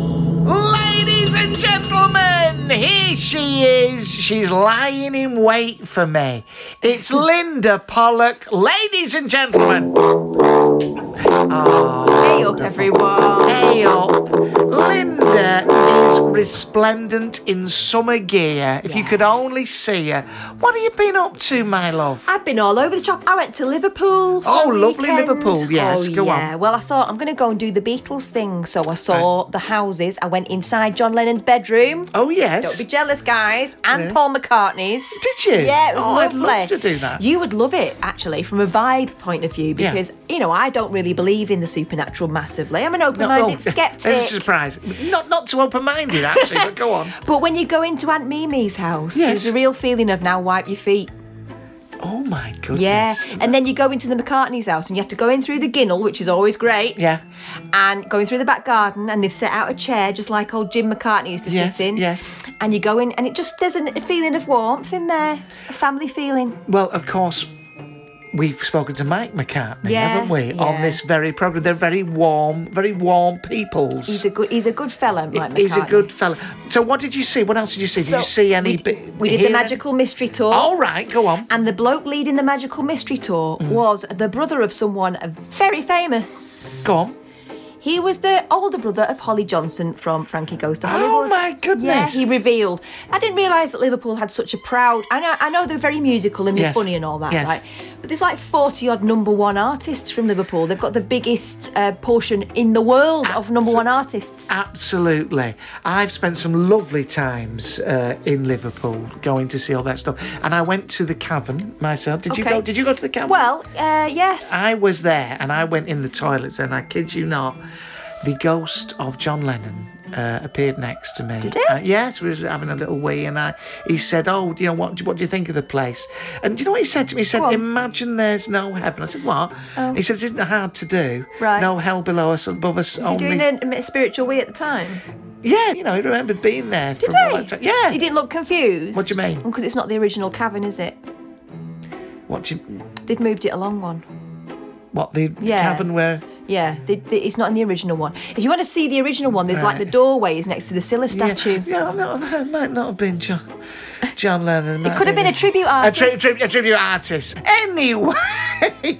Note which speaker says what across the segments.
Speaker 1: Ladies and gentlemen, here she is. She's lying in wait for me. It's Linda Pollock. Ladies and gentlemen.
Speaker 2: Hey up, everyone.
Speaker 1: Hey up. Linda is resplendent in summer gear. If you could only see her. What have you been up to, my love?
Speaker 2: I've been all over the shop. I went to Liverpool. for
Speaker 1: Oh,
Speaker 2: the
Speaker 1: lovely
Speaker 2: weekend.
Speaker 1: Liverpool. Yes,
Speaker 2: oh,
Speaker 1: go
Speaker 2: yeah.
Speaker 1: on.
Speaker 2: Well, I thought I'm going to go and do the Beatles thing. So I saw the houses. I went inside John Lennon's bedroom.
Speaker 1: Oh, yes.
Speaker 2: Don't be jealous, guys. And Paul McCartney's.
Speaker 1: Did you?
Speaker 2: Yeah, it was
Speaker 1: Oh, I'd
Speaker 2: lovely.
Speaker 1: love to do that.
Speaker 2: You would love it, actually, from a vibe point of view,
Speaker 1: Yeah.
Speaker 2: because, you know, I don't really believe in the supernatural massively. I'm an open
Speaker 1: No, oh,
Speaker 2: minded skeptic.
Speaker 1: It's a surprise. Not not too open minded actually, but go on.
Speaker 2: But when you go into Aunt Mimi's house,
Speaker 1: Yes.
Speaker 2: there's a real feeling of now wipe your feet.
Speaker 1: Oh my goodness.
Speaker 2: Yeah. And then you go into the McCartney's house and you have to go in through the ginnel, which is always great.
Speaker 1: Yeah.
Speaker 2: And going through the back garden and they've set out a chair just like old Jim McCartney used to
Speaker 1: Yes,
Speaker 2: sit in.
Speaker 1: yes.
Speaker 2: And you go in and it just there's an- a feeling of warmth in there, a family feeling.
Speaker 1: Well, of course, we've spoken to Mike McCartney,
Speaker 2: Yeah,
Speaker 1: haven't we, on
Speaker 2: yeah.
Speaker 1: this very program? They're very warm, very warm peoples.
Speaker 2: He's a good he's a good fella, Mike McCartney.
Speaker 1: He's a good fella. So, what did you see? What else did you see? Did
Speaker 2: So
Speaker 1: you see any?
Speaker 2: we,
Speaker 1: bi-
Speaker 2: d- we did
Speaker 1: hear
Speaker 2: the
Speaker 1: any-
Speaker 2: magical mystery tour.
Speaker 1: All right, go on. Hmm.
Speaker 2: And the bloke leading the magical mystery tour was the brother of someone very famous.
Speaker 1: Go on.
Speaker 2: He was the older brother of Holly Johnson from Frankie Goes to Hollywood.
Speaker 1: Oh, my goodness.
Speaker 2: Yeah, he revealed. I didn't realise that Liverpool had such a proud. I know, I know they're very musical and they're
Speaker 1: Yes.
Speaker 2: funny and all that,
Speaker 1: Yes.
Speaker 2: right? But there's like 40 odd number one artists from Liverpool. They've got the biggest uh, portion in the world of number one artists.
Speaker 1: Absolutely. I've spent some lovely times uh, in Liverpool going to see all that stuff. And I went to the cavern myself. Did you
Speaker 2: Okay.
Speaker 1: go? Did you go to the cavern?
Speaker 2: Well, uh, yes.
Speaker 1: I was there and I went in the toilets, and I kid you not, the ghost of John Lennon uh, appeared next to me. Did
Speaker 2: he?
Speaker 1: yes, we was having a little wee, and I he said, "Oh, you know what? do- What do you think of the place?" And do you know what he said to me? He said,
Speaker 2: Go on. Oh.
Speaker 1: "Imagine there's no heaven." I said, "What?" He said, "It isn't hard to do.
Speaker 2: Right.
Speaker 1: No hell below us, above us
Speaker 2: was he
Speaker 1: only."
Speaker 2: doing a, a spiritual wee at the time?
Speaker 1: yeah, you know, he remembered being there.
Speaker 2: Did
Speaker 1: from all that
Speaker 2: he?
Speaker 1: time. Yeah.
Speaker 2: He didn't look confused.
Speaker 1: What do you mean?
Speaker 2: Because it's not the original cavern, is it?
Speaker 1: What? do you,
Speaker 2: They've moved it along one.
Speaker 1: what the
Speaker 2: Yeah.
Speaker 1: cavern where?
Speaker 2: Yeah, the, the, it's not in the original one. If you want to see the original one, there's like the
Speaker 1: Right.
Speaker 2: doorways next to the Scylla statue.
Speaker 1: Yeah, yeah no, it might not have been John, John Lennon. might
Speaker 2: could have
Speaker 1: be-
Speaker 2: been a tribute
Speaker 1: A,
Speaker 2: artist.
Speaker 1: tri- tri- a tribute artist. Anyway,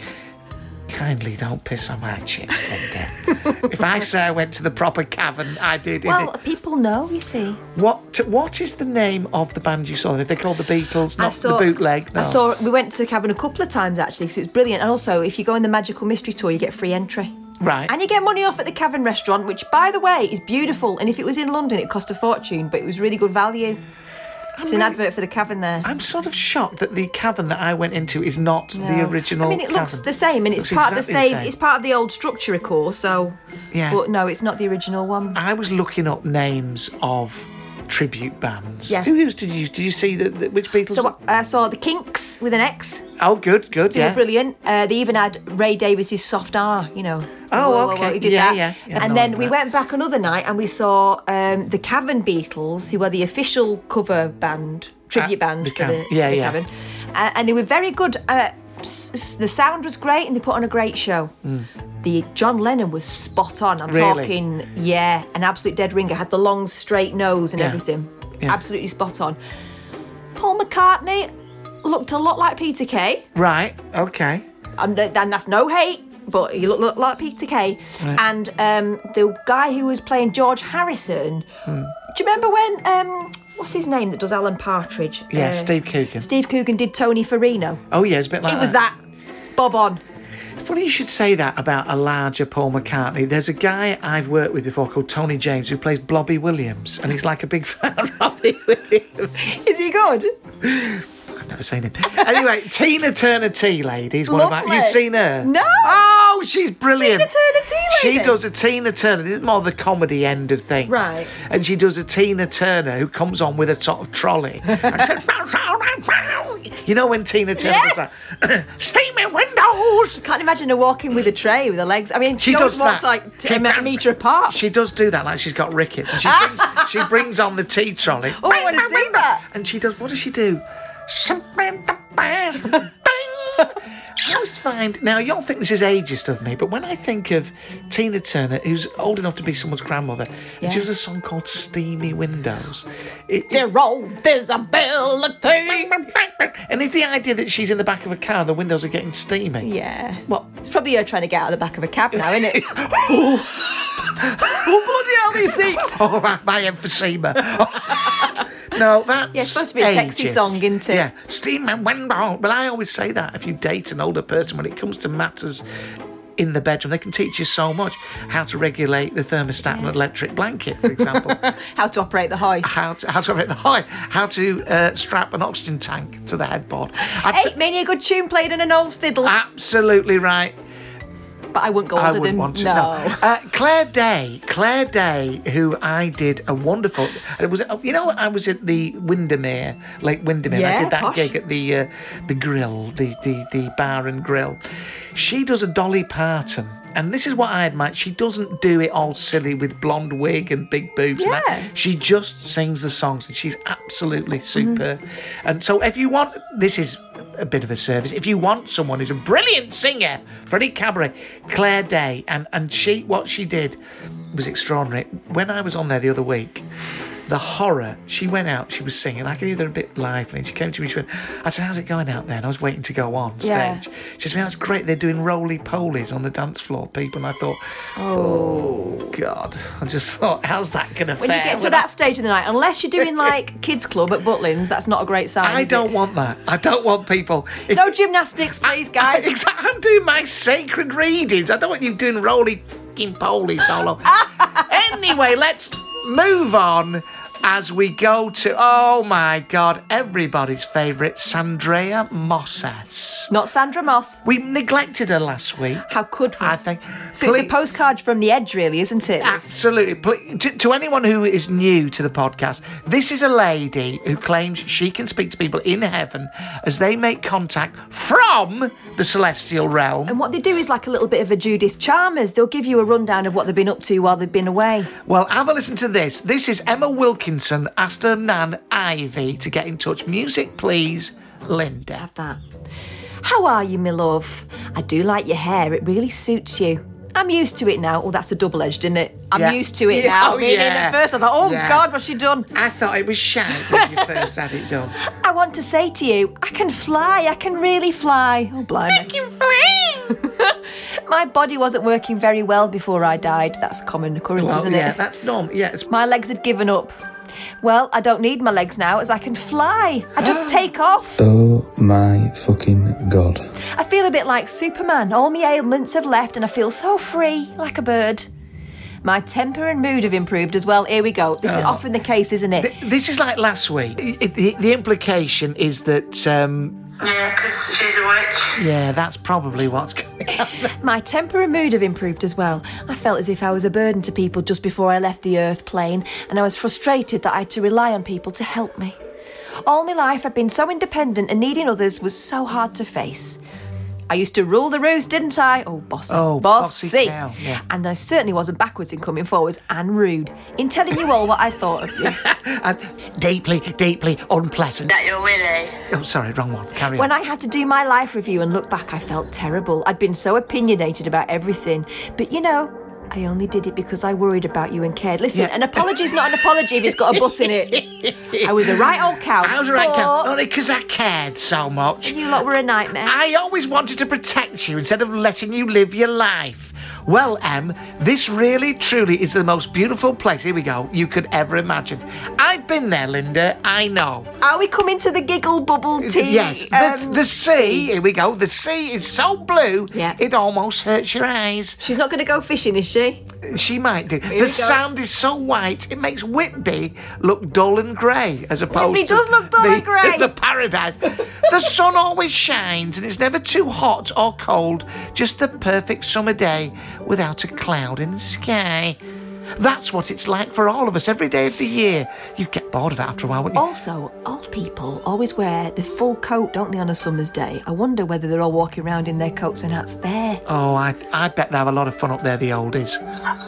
Speaker 1: kindly don't piss on my chips, Linda. if I say I went to the proper cavern, I did.
Speaker 2: Well,
Speaker 1: innit?
Speaker 2: people know, you see.
Speaker 1: what what is the name of the band you saw? And if they called the Beatles,
Speaker 2: I
Speaker 1: not
Speaker 2: saw
Speaker 1: the bootleg. No.
Speaker 2: I saw. We went to the cavern a couple of times actually because it's brilliant. And also, if you go on the Magical Mystery Tour, you get free entry.
Speaker 1: Right.
Speaker 2: And you get money off at the Cavern restaurant, which, by the way, is beautiful. And if it was in London, it cost a fortune, but it was really good value. It's an advert for the Cavern there.
Speaker 1: I'm sort of shocked that the cavern that I went into is not the
Speaker 2: No.
Speaker 1: original.
Speaker 2: I mean, it looks
Speaker 1: cavern.
Speaker 2: the same, and it's
Speaker 1: Looks
Speaker 2: part of the
Speaker 1: exactly
Speaker 2: same, It's part of the old structure, of course. So,
Speaker 1: Yeah.
Speaker 2: But no, it's not the original one.
Speaker 1: I was looking up names of tribute bands.
Speaker 2: Yeah.
Speaker 1: Who else did you did you see the, the which Beatles?
Speaker 2: So uh, I saw the Kinks with an X.
Speaker 1: oh, good, good,
Speaker 2: They
Speaker 1: yeah.
Speaker 2: were brilliant. Uh, they even had Ray Davis's soft R. You know.
Speaker 1: Oh,
Speaker 2: Whoa, whoa,
Speaker 1: okay.
Speaker 2: whoa, he did
Speaker 1: Yeah,
Speaker 2: that.
Speaker 1: yeah. Yeah, no,
Speaker 2: and then
Speaker 1: I
Speaker 2: we
Speaker 1: know.
Speaker 2: went back another night and we saw um, the Cavern Beatles, who were the official cover band, tribute
Speaker 1: Uh,
Speaker 2: band
Speaker 1: the
Speaker 2: for
Speaker 1: Cav-
Speaker 2: the,
Speaker 1: yeah,
Speaker 2: the
Speaker 1: yeah.
Speaker 2: Cavern, uh, and they were very good. Uh, s- s- the sound was great, and they put on a great show. The John Lennon was spot on. I'm
Speaker 1: Really?
Speaker 2: talking, yeah, an absolute dead ringer. Had the long straight nose and
Speaker 1: Yeah.
Speaker 2: everything,
Speaker 1: Yeah.
Speaker 2: absolutely spot on. Paul McCartney looked a lot like Peter Kay
Speaker 1: Right. Okay.
Speaker 2: and, th- and Um, that's no hate. but he looked, looked like Peter Kay. And um, the guy who was playing George Harrison.
Speaker 1: Hmm.
Speaker 2: Do you remember when? Um, what's his name that does Alan Partridge?
Speaker 1: Yeah,
Speaker 2: Uh,
Speaker 1: Steve Coogan.
Speaker 2: Steve Coogan did Tony Farino.
Speaker 1: oh yeah, it's a bit like
Speaker 2: It was that. Bob on.
Speaker 1: Funny you should say that about a larger Paul McCartney. There's a guy I've worked with before called Tony James who plays Blobby Williams, and he's like a big fan of Robbie Williams.
Speaker 2: Is he good?
Speaker 1: I've never seen him. Anyway, Tina Turner Tea Ladies. What about
Speaker 2: Lovely.
Speaker 1: you've seen her?
Speaker 2: No.
Speaker 1: Oh, she's brilliant.
Speaker 2: Tina Turner Tea
Speaker 1: She
Speaker 2: Lady?
Speaker 1: does a Tina Turner. This is more the comedy end of things,
Speaker 2: Right.
Speaker 1: And she does a Tina Turner who comes on with a sort of trolley. you know when Tina Turner does that? Steamy windows.
Speaker 2: Can't imagine her walking with a tray with her legs. I mean,
Speaker 1: She
Speaker 2: she always
Speaker 1: does
Speaker 2: walks
Speaker 1: that.
Speaker 2: like t-
Speaker 1: She-
Speaker 2: a me- metre apart.
Speaker 1: She does do that, like she's got rickets, and she brings, she brings on the tea trolley.
Speaker 2: Oh, I wanna see that.
Speaker 1: And she does. What does she do? Something the best. Bing. I always find now you all think this is ageist of me, but when I think of Tina Turner, who's old enough to be someone's grandmother, and she
Speaker 2: Yeah.
Speaker 1: has a song called "Steamy Windows," it,
Speaker 2: Zero visibility.
Speaker 1: and it's the idea that she's in the back of a car and the windows are getting steamy.
Speaker 2: Yeah.
Speaker 1: What?
Speaker 2: It's probably her trying to get out of the back of a cab now, isn't it? oh, oh, bloody hell, these seats.
Speaker 1: Oh, my, my emphysema. no, that's
Speaker 2: Yeah, it's supposed to be a sexy
Speaker 1: ageist.
Speaker 2: song, isn't it?
Speaker 1: Yeah, steam and wind wrong. But I always say that if you date an older person, when it comes to matters in the bedroom, they can teach you so much how to regulate the thermostat on an electric blanket, for example.
Speaker 2: How to operate the hoist.
Speaker 1: How to, how to operate the high, how to uh, strap an oxygen tank to the headboard. I'd
Speaker 2: Hey,
Speaker 1: say-
Speaker 2: many a good tune played on an old fiddle,
Speaker 1: absolutely right.
Speaker 2: but I wouldn't go
Speaker 1: I
Speaker 2: older
Speaker 1: wouldn't
Speaker 2: than
Speaker 1: want to.
Speaker 2: no.
Speaker 1: No. Uh, Claire Day, Claire Day, who I did a wonderful. It was you know I was at the Windermere, Lake Windermere. I
Speaker 2: Yeah,
Speaker 1: did that
Speaker 2: posh.
Speaker 1: gig at the uh, the grill, the, the the bar and grill. She does a Dolly Parton. And this is what I admire. She doesn't do it all silly with blonde wig and big boobs. and that.
Speaker 2: Yeah.
Speaker 1: She just sings the songs and she's absolutely superb. And so, if you want, this is a bit of a service. If you want someone who's a brilliant singer for any cabaret, Claire Day, and, and she, what she did was extraordinary. When I was on there the other week, the horror, she went out, she was singing. I could hear her a bit lively. And she came to me, she went, I said, How's it going out there? And I was waiting to go on stage.
Speaker 2: Yeah.
Speaker 1: She said, Oh, it's great. They're doing roly polies on the dance floor, people. And I thought, Oh, God. I just thought, How's that going to fare?
Speaker 2: When you get to
Speaker 1: with
Speaker 2: that stage of the night, unless you're doing like kids' club at Butlins, that's not a great sign.
Speaker 1: I
Speaker 2: is it?
Speaker 1: don't want that. I don't want people. If-
Speaker 2: No gymnastics, please, guys.
Speaker 1: Exa- I'm doing my sacred readings. I don't want you doing roly f***ing polies all over. anyway, let's move on as we go to, oh my God, everybody's favourite, Sandrea Mossas.
Speaker 2: Not Sandra Moss.
Speaker 1: We neglected her last week.
Speaker 2: How could we?
Speaker 1: I think.
Speaker 2: So
Speaker 1: Please-
Speaker 2: it's a postcard from the edge, really, isn't it?
Speaker 1: Absolutely. Pl- To, to anyone who is new to the podcast, this is a lady who claims she can speak to people in heaven as they make contact from the celestial realm.
Speaker 2: And what they do is like a little bit of a Judith Chalmers. They'll give you a rundown of what they've been up to while they've been away.
Speaker 1: Well, have a listen to this. This is Emma Wilkinson, asked her nan Ivy to get in touch. Music, please, Linda.
Speaker 2: Have that. How are you, my love? I do like your hair. It really suits you. I'm used to it now. Oh, that's a double edged, isn't it? I'm
Speaker 1: Yeah.
Speaker 2: used to it
Speaker 1: Yeah,
Speaker 2: now.
Speaker 1: oh,
Speaker 2: Being in
Speaker 1: yeah.
Speaker 2: at first, I thought, oh
Speaker 1: Yeah.
Speaker 2: God, what's she done?
Speaker 1: I thought it was shy when you first had it done.
Speaker 2: I want to say to you, I can fly. I can really fly. Oh, blimey. I can fly. My body wasn't working very well before I died. That's a common occurrence,
Speaker 1: Well,
Speaker 2: isn't
Speaker 1: yeah,
Speaker 2: it?
Speaker 1: that's normal. Yeah, it's
Speaker 2: My legs had given up. Well, I don't need my legs now as I can fly. I just take off.
Speaker 3: Oh my fucking god.
Speaker 2: I feel a bit like Superman. All my ailments have left and I feel so free, like a bird. My temper and mood have improved as well. Here we go. This is often the case, isn't it?
Speaker 1: Oh. Th- This is like last week. I- I- The, the implication is that, um,
Speaker 4: Yeah, because she's a witch.
Speaker 1: yeah, that's probably what's going on.
Speaker 2: My temper and mood have improved as well. I felt as if I was a burden to people just before I left the earth plane, and I was frustrated that I had to rely on people to help me. All my life, I'd been so independent, and needing others was so hard to face. I used to rule the roost, didn't I? Oh, bossy.
Speaker 1: Oh,
Speaker 2: bossy.
Speaker 1: bossy cow, yeah.
Speaker 2: And I certainly wasn't backwards in coming forwards and rude in telling you all what I thought of you.
Speaker 1: And deeply, deeply unpleasant.
Speaker 4: That you're Willie.
Speaker 1: Oh, sorry, wrong one. Carry
Speaker 2: When
Speaker 1: on.
Speaker 2: I had to do my life review and look back, I felt terrible. I'd been so opinionated about everything. But you know, I only did it because I worried about you and cared. Listen,
Speaker 1: Yeah.
Speaker 2: an apology's not an apology if it's got a but in it. I was a right old cow.
Speaker 1: I was right,
Speaker 2: but-
Speaker 1: Only because I cared so much.
Speaker 2: You lot were a nightmare.
Speaker 1: I always wanted to protect you instead of letting you live your life. Well, Em, this really truly is the most beautiful place, here we go, you could ever imagine. I've been there, Linda, I know.
Speaker 2: Are we coming to the giggle bubble tea?
Speaker 1: yes, the,
Speaker 2: um,
Speaker 1: the sea, here we go, the sea is so blue,
Speaker 2: Yeah.
Speaker 1: it almost hurts your eyes.
Speaker 2: She's not going to go fishing, is she?
Speaker 1: She might do.
Speaker 2: we
Speaker 1: the
Speaker 2: go.
Speaker 1: sand is so white, it makes Whitby look dull and grey, as opposed to
Speaker 2: does look dull
Speaker 1: the,
Speaker 2: and grey.
Speaker 1: the paradise. the sun always shines, and it's never too hot or cold. Just the perfect summer day without a cloud in the sky. That's what it's like for all of us every day of the year. You get bored of it after a while, wouldn't you?
Speaker 2: Also, old people always wear the full coat, don't they, on a summer's day? I wonder whether they're all walking around in their coats and hats there.
Speaker 1: Oh, I, I bet they have a lot of fun up there, the oldies.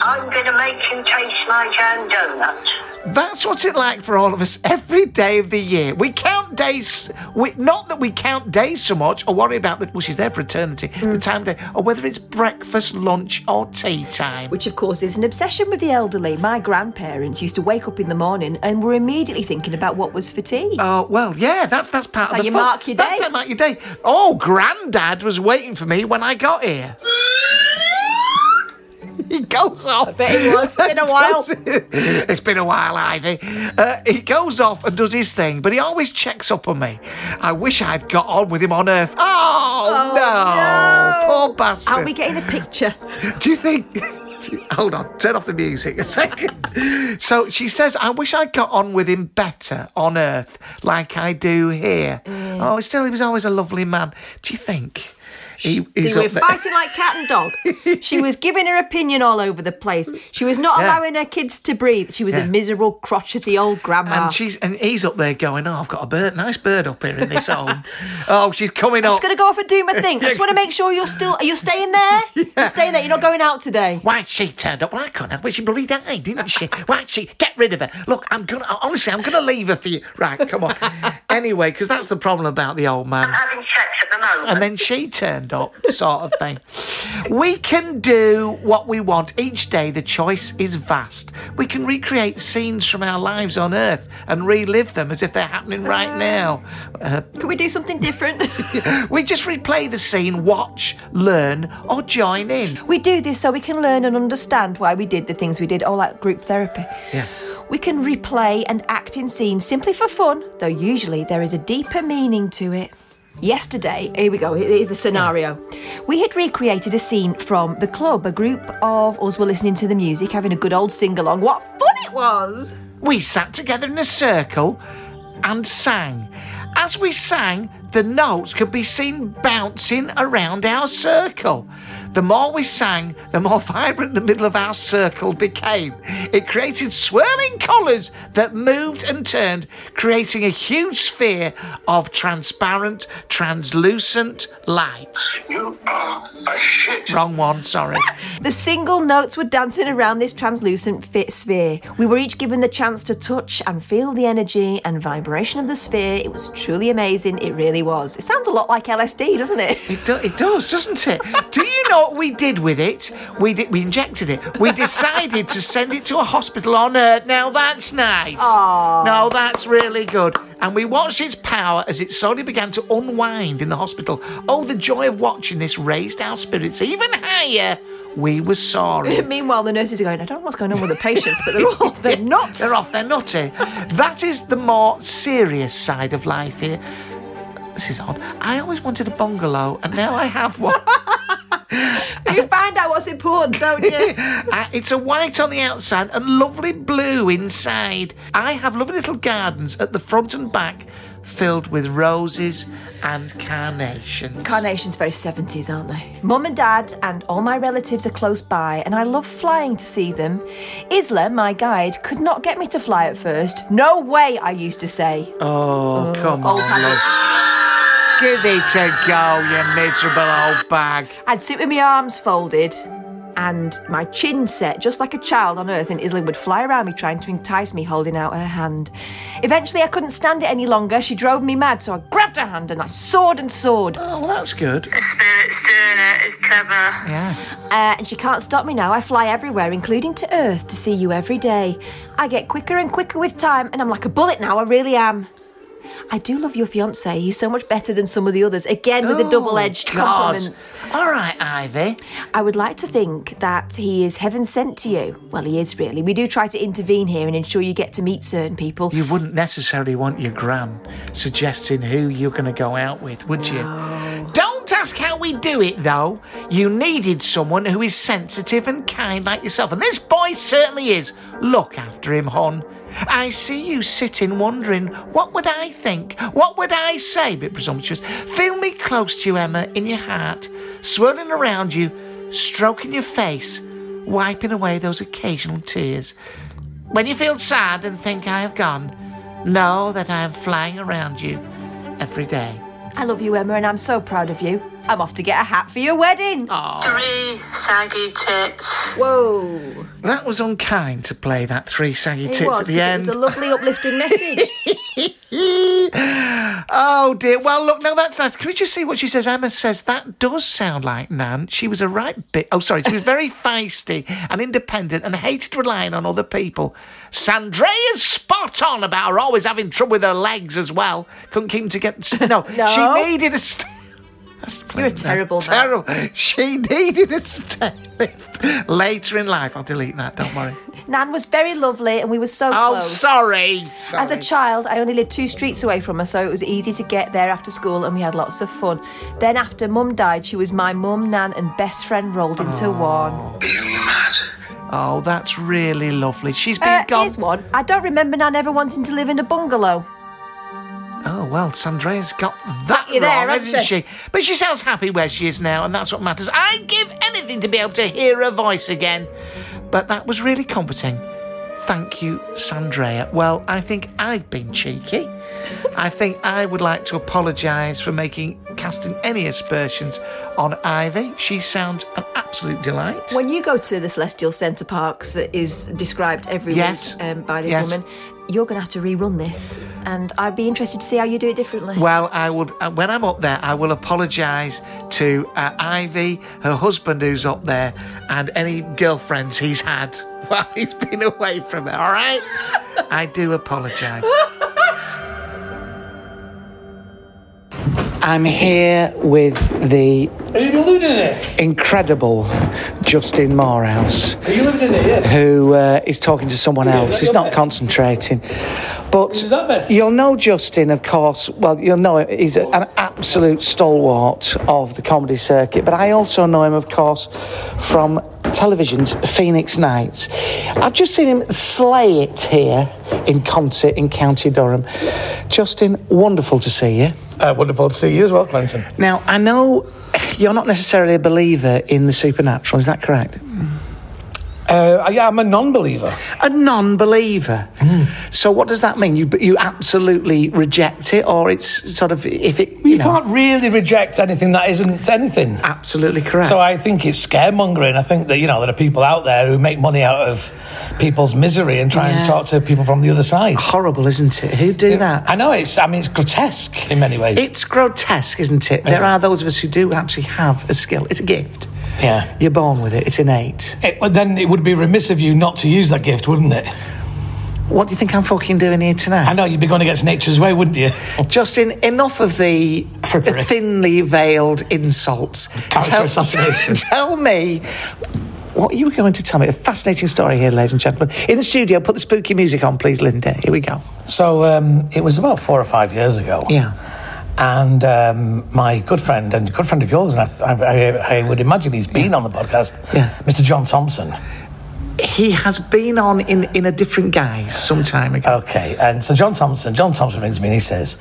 Speaker 4: I'm going to make you taste my jam donut.
Speaker 1: That's what's it like for all of us every day of the year. We count days, we, not that we count days so much or worry about the, well, she's there for eternity,
Speaker 2: Hmm.
Speaker 1: the time of day, or whether it's breakfast, lunch, or tea time.
Speaker 2: Which, of course, is an obsession with the elderly. My grandparents used to wake up in the morning and were immediately thinking about what was for tea.
Speaker 1: Oh, well, yeah, that's that's part
Speaker 2: That's
Speaker 1: of
Speaker 2: how
Speaker 1: the
Speaker 2: you
Speaker 1: fun.
Speaker 2: mark your
Speaker 1: That's
Speaker 2: day.
Speaker 1: how you mark your day. Oh, Grandad was waiting for me when I got here. He goes off. I
Speaker 2: bet he was. It's been a while.
Speaker 1: it's been a while, Ivy. Uh, he goes off and does his thing, but he always checks up on me. I wish I'd got on with him on Earth. Oh, no. poor bastard.
Speaker 2: Are we getting a picture?
Speaker 1: Do you think? Hold on, turn off the music a second. so she says, I wish I got on with him better on earth, like I do here. Oh, still, he was always a lovely man. Do you think? He,
Speaker 2: They
Speaker 1: he's
Speaker 2: were
Speaker 1: up there-
Speaker 2: fighting like cat and dog. She was giving her opinion all over the place. She was not
Speaker 1: Yeah.
Speaker 2: allowing her kids to breathe. She was
Speaker 1: Yeah.
Speaker 2: a miserable, crotchety old grandma.
Speaker 1: And she's and he's up there going, Oh, I've got a bird, nice bird up here in this home. Oh, she's coming
Speaker 2: I'm
Speaker 1: up.
Speaker 2: just gonna go off and do my thing. I just want to make sure you're still. Are you staying there? You're staying there. You're not going out today.
Speaker 1: Why she turned up? Well, I couldn't have. Well, she bloody died, didn't she? Why she? Get rid of her. Look, I'm gonna honestly, I'm gonna leave her for you. Right, come on. anyway, because that's the problem about the old man.
Speaker 4: Having sex at the moment.
Speaker 5: Um,
Speaker 1: and then she turned up, sort of thing. We can do what we want. Each day, the choice is vast. We can recreate scenes from our lives on Earth and relive them as if they're happening right now. Uh,
Speaker 2: Can we do something different?
Speaker 1: We just replay the scene, watch, learn, or join in.
Speaker 2: we do this so we can learn and understand why we did the things we did, all that group therapy.
Speaker 1: Yeah.
Speaker 2: We can replay and act in scenes simply for fun, though usually there is a deeper meaning to it. Yesterday, here we go, it is a scenario. We had recreated a scene from the club. A group of us were listening to the music, having a good old sing along. What fun it was!
Speaker 1: We sat together in a circle and sang. As we sang, the notes could be seen bouncing around our circle. The more we sang, the more vibrant the middle of our circle became. It created swirling colours that moved and turned, creating a huge sphere of transparent, translucent light.
Speaker 6: You are a shit.
Speaker 1: Wrong one, sorry.
Speaker 2: The single notes were dancing around this translucent fit sphere. We were each given the chance to touch and feel the energy and vibration of the sphere. It was truly amazing. It really was. It sounds a lot like LSD, doesn't it?
Speaker 1: It, do- it does, doesn't it? Do you know what we did with it? We did. We injected it. We decided to send it to a hospital on Earth. Now that's nice. No, that's really good. And we watched its power as it slowly began to unwind in the hospital. Oh, the joy of watching this raised our spirits even higher. We were sorry.
Speaker 2: Meanwhile, the nurses are going, I don't know what's going on with the patients, but they're all they're nuts.
Speaker 1: They're off. They're nutty. that is the more serious side of life here. This is odd. I always wanted a bungalow, and now I have one.
Speaker 2: You find out what's important, don't you?
Speaker 1: Uh, it's a white on the outside and lovely blue inside. I have lovely little gardens at the front and back filled with roses and carnations.
Speaker 2: Carnations very 70s, aren't they? Mum and dad and all my relatives are close by, and I love flying to see them. Isla, my guide, could not get me to fly at first. No way, I used to say.
Speaker 1: oh, come on, love. Give it a go, you miserable old bag.
Speaker 2: I'd sit with my arms folded and my chin set just like a child on earth, and Islin would fly around me trying to entice me, holding out her hand. Eventually, I couldn't stand it any longer. She drove me mad, so I grabbed her hand and I sawed and sawed.
Speaker 1: Oh, well, that's good.
Speaker 4: Spirit Sterner is clever.
Speaker 1: Yeah.
Speaker 2: Uh, and she can't stop me now. I fly everywhere, including to Earth, to see you every day. I get quicker and quicker with time, and I'm like a bullet now, I really am. I do love your fiance. He's so much better than some of the others. Again, with the
Speaker 1: Oh,
Speaker 2: double edged
Speaker 1: God.
Speaker 2: compliments.
Speaker 1: All right, Ivy.
Speaker 2: I would like to think that he is heaven sent to you. Well, he is really. We do try to intervene here and ensure you get to meet certain people.
Speaker 1: You wouldn't necessarily want your gran suggesting who you're going to go out with, would you? Don't ask how we do it, though. You needed someone who is sensitive and kind like yourself, and this boy certainly is. Look after him, hon. I see you sitting wondering, what would I think? What would I say? Bit presumptuous. Feel me close to you, Emma, in your heart, swirling around you, stroking your face, wiping away those occasional tears. When you feel sad and think I have gone, know that I am flying around you every day.
Speaker 2: I love you, Emma, and I'm so proud of you. I'm off to get a hat for your wedding.
Speaker 4: Three saggy tits.
Speaker 2: Whoa.
Speaker 1: That was unkind to play that three saggy
Speaker 2: It
Speaker 1: tits
Speaker 2: was,
Speaker 1: at
Speaker 2: 'cause
Speaker 1: the end.
Speaker 2: It was a lovely, uplifting message.
Speaker 1: oh dear. Well, look, no, that's nice. Can we just see what she says? Emma says that does sound like Nan. She was a right bit. Oh, sorry. She was very feisty and independent and hated relying on other people. Sandrea's spot on about her always having trouble with her legs as well. Couldn't keep them together. No,
Speaker 2: No.
Speaker 1: she needed a. St- That's
Speaker 2: You're a
Speaker 1: plain-
Speaker 2: terrible man.
Speaker 1: terrible. She needed a stair lift later in life. I'll delete that. Don't worry.
Speaker 2: Nan was very lovely, and we were so
Speaker 1: oh,
Speaker 2: close.
Speaker 1: sorry.
Speaker 2: As a child, I only lived two streets away from her, so it was easy to get there after school and we had lots of fun. Then, after Mum died, she was my mum, Nan, and best friend rolled into one.
Speaker 6: Are you mad?
Speaker 1: Oh, that's really lovely. She's been
Speaker 2: Uh,
Speaker 1: gone.
Speaker 2: here's one. I don't remember Nan ever wanting to live in a bungalow.
Speaker 1: Oh well, Sandrea's got that wrong,
Speaker 2: you there, hasn't
Speaker 1: hasn't
Speaker 2: she?
Speaker 1: she? But she sounds happy where she is now, and that's what matters. I'd give anything to be able to hear her voice again. But that was really comforting. Thank you, Sandrea. Well, I think I've been cheeky. I think I would like to apologise for making casting any aspersions on Ivy. She sounds an absolute delight.
Speaker 2: When you go to the Celestial Centre Parks that is described every
Speaker 1: Yes.
Speaker 2: week um, by this
Speaker 1: Yes.
Speaker 2: woman, you're going to have to rerun this, and I'd be interested to see how you do it differently.
Speaker 1: Well, I would. Uh, when I'm up there, I will apologise to uh, Ivy, her husband who's up there, and any girlfriends he's had while he's been away from her. All right, I do apologise.
Speaker 7: I'm here with the. Incredible Justin Morehouse. Are you living in it? Who uh, is talking to someone else. He's not concentrating. But you'll know Justin, of course. Well, you'll know him. he's an absolute stalwart of the comedy circuit. But I also know him, of course, from television's Phoenix Nights. I've just seen him slay it here in concert in County Durham. Justin, wonderful to see you.
Speaker 8: Uh, wonderful to see you as well, Clinton.
Speaker 7: Now, I know you're not necessarily a believer in the supernatural, is that correct?
Speaker 8: Uh, I, I'm a non-believer. Hmm.
Speaker 7: A non believer. So, what does that mean? You, you absolutely reject it, or it's sort of, if it, you,
Speaker 8: You
Speaker 7: know,
Speaker 8: can't really reject anything that isn't anything.
Speaker 7: absolutely correct.
Speaker 8: So I think it's scaremongering. I think that you know there are people out there who make money out of people's misery and try
Speaker 7: Yeah.
Speaker 8: and talk to people from the other side.
Speaker 7: Horrible, isn't it? Who do that?
Speaker 8: I know it's. I mean, it's grotesque in many ways.
Speaker 7: It's grotesque, isn't it? There
Speaker 8: Yeah.
Speaker 7: are those of us who do actually have a skill. It's a gift.
Speaker 8: yeah.
Speaker 7: You're born with it, it's innate.
Speaker 8: It, but then it would be remiss of you not to use that gift, wouldn't it?
Speaker 7: What do you think I'm fucking doing here tonight?
Speaker 8: I know you'd be going against nature's way, wouldn't you?
Speaker 7: Justin, enough of the
Speaker 8: Frippery.
Speaker 7: thinly veiled insults.
Speaker 8: Character assassination.
Speaker 7: tell me. What you were going to tell me? A fascinating story here, ladies and gentlemen. In the studio, put the spooky music on, please, Linda. Here we go.
Speaker 8: So um, it was about four or five years ago.
Speaker 7: Yeah.
Speaker 8: And um, my good friend and good friend of yours, and I, I, I would imagine he's been on the podcast,
Speaker 7: Yeah.
Speaker 8: Mr. John Thompson.
Speaker 7: he has been on in, in a different guise some time ago.
Speaker 8: Okay, and so John Thompson, John Thompson rings me and he says,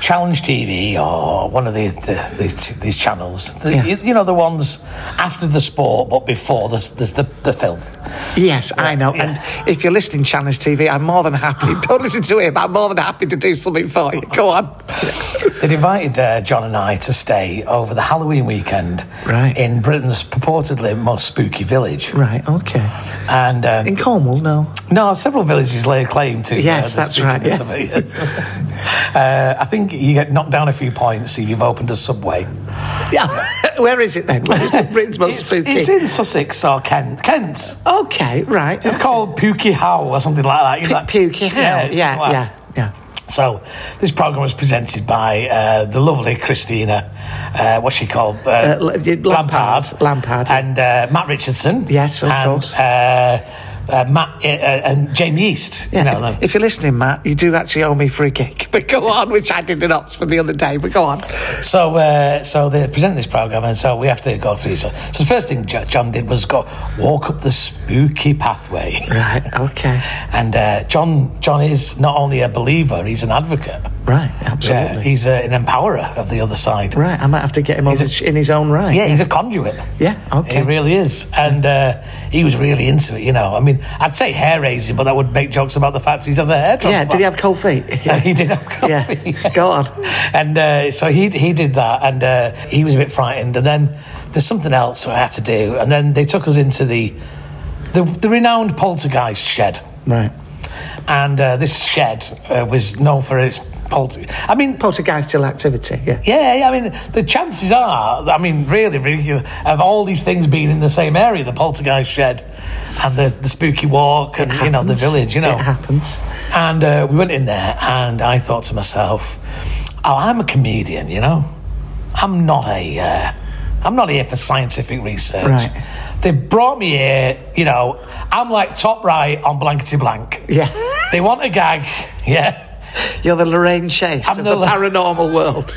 Speaker 8: Challenge TV or one of the, the, the, these channels, the,
Speaker 7: Yeah.
Speaker 8: you, you know, the ones after the sport but before the, the, the, the filth.
Speaker 7: Yes, I know. And if you're listening, Channels TV, I'm more than happy. Don't listen to him. I'm more than happy to do something for you. Go on.
Speaker 8: They'd invited uh, John and I to stay over the Halloween weekend
Speaker 7: Right.
Speaker 8: in Britain's purportedly most spooky village.
Speaker 7: Right. Okay.
Speaker 8: And um,
Speaker 7: In Cornwall, no.
Speaker 8: No, several villages lay claim to. uh,
Speaker 7: Yes,
Speaker 8: the
Speaker 7: that's right,
Speaker 8: speakiness of it, yes. uh, I think you get knocked down a few points if you've opened a subway.
Speaker 7: Yeah. Where is it then? Where is the Britain's most
Speaker 8: It's,
Speaker 7: spooky?
Speaker 8: it's in Sussex or Kent. Kent.
Speaker 7: Okay. Right.
Speaker 8: It's called Pukey Howe or something like that. You know,
Speaker 7: P-
Speaker 8: that-
Speaker 7: Pukey Hill. Yeah.
Speaker 8: it's
Speaker 7: Yeah.
Speaker 8: like-
Speaker 7: Yeah.
Speaker 8: So this programme was presented by uh, the lovely Christina, uh, what's she called? Uh,
Speaker 7: L- yeah, Lampard. Lampard, yeah.
Speaker 8: And uh, Matt Richardson.
Speaker 7: Yes, of
Speaker 8: and,
Speaker 7: course.
Speaker 8: Uh, uh, Matt uh, uh, and Jamie East.
Speaker 7: Yeah,
Speaker 8: You know, them.
Speaker 7: if, if you're listening, Matt, you do actually owe me for a gig. But go on, which I did in Oxford the other day. But go on.
Speaker 8: So, uh, so they present this program, and so we have to go through. So, so the first thing Jo- John did was go walk up the spooky pathway.
Speaker 7: Right. Okay.
Speaker 8: And uh, John, John is not only a believer; he's an advocate.
Speaker 7: Right.
Speaker 8: Yeah,
Speaker 7: Absolutely.
Speaker 8: he's uh, an empowerer of the other side.
Speaker 7: right. I might have to get him on
Speaker 8: He's a-
Speaker 7: the ch- in his own right.
Speaker 8: Yeah, he's a conduit.
Speaker 7: Yeah, okay.
Speaker 8: He really is. And uh, he was really into it, you know. I mean, I'd say hair raising, but that would make jokes about the fact he's had a hair transplant.
Speaker 7: Yeah, did he have cold feet?
Speaker 8: Yeah, he did have coffee.
Speaker 7: Yeah. Go on.
Speaker 8: And uh, so he he did that, and uh, he was a bit frightened. And then there's something else I had to do, and then they took us into the the, the renowned poltergeist shed.
Speaker 7: Right.
Speaker 8: And uh, this shed uh, was known for its polter. I mean,
Speaker 7: Poltergeist till activity, yeah.
Speaker 8: yeah, yeah, I mean, the chances are, I mean, really, really, of all these things being in the same area, the poltergeist shed and the, the spooky walk and, you know, the
Speaker 7: happens.
Speaker 8: village, you know.
Speaker 7: It happens.
Speaker 8: And uh, we went in there, and I thought to myself, oh, I'm a comedian, you know? I'm not a, uh, I'm not here for scientific research.
Speaker 7: Right.
Speaker 8: They brought me here, you know, I'm like top right on blankety blank.
Speaker 7: Yeah.
Speaker 8: They want a gag, yeah.
Speaker 7: You're the Lorraine Chase
Speaker 8: I'm
Speaker 7: of
Speaker 8: the
Speaker 7: the,
Speaker 8: Lo-
Speaker 7: paranormal world.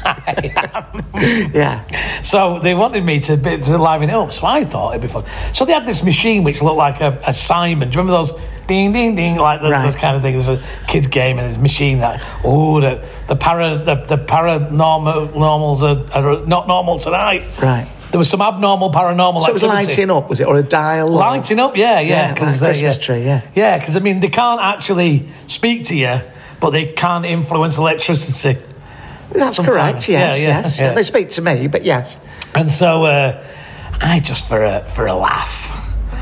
Speaker 7: yeah.
Speaker 8: So they wanted me to be, to liven it up, so I thought it'd be fun. So they had this machine which looked like a, a Simon. Do you remember those ding ding ding like the,
Speaker 7: Right.
Speaker 8: those kind of things? A kids game and a machine that oh the the para the, the paranormal normals are, are not normal tonight.
Speaker 7: Right.
Speaker 8: There was some abnormal paranormal.
Speaker 7: So it was
Speaker 8: activity.
Speaker 7: lighting up, was it? Or a dial? or-
Speaker 8: Lighting up, yeah, yeah.
Speaker 7: Yeah, like
Speaker 8: they-
Speaker 7: Christmas tree, yeah.
Speaker 8: Yeah, because I mean, they can't actually speak to you, but they can influence electricity.
Speaker 7: That's
Speaker 8: sometimes.
Speaker 7: correct, yes,
Speaker 8: Yeah, yeah,
Speaker 7: yes.
Speaker 8: yeah.
Speaker 7: They speak to me, but yes.
Speaker 8: And so uh, I just for a for a laugh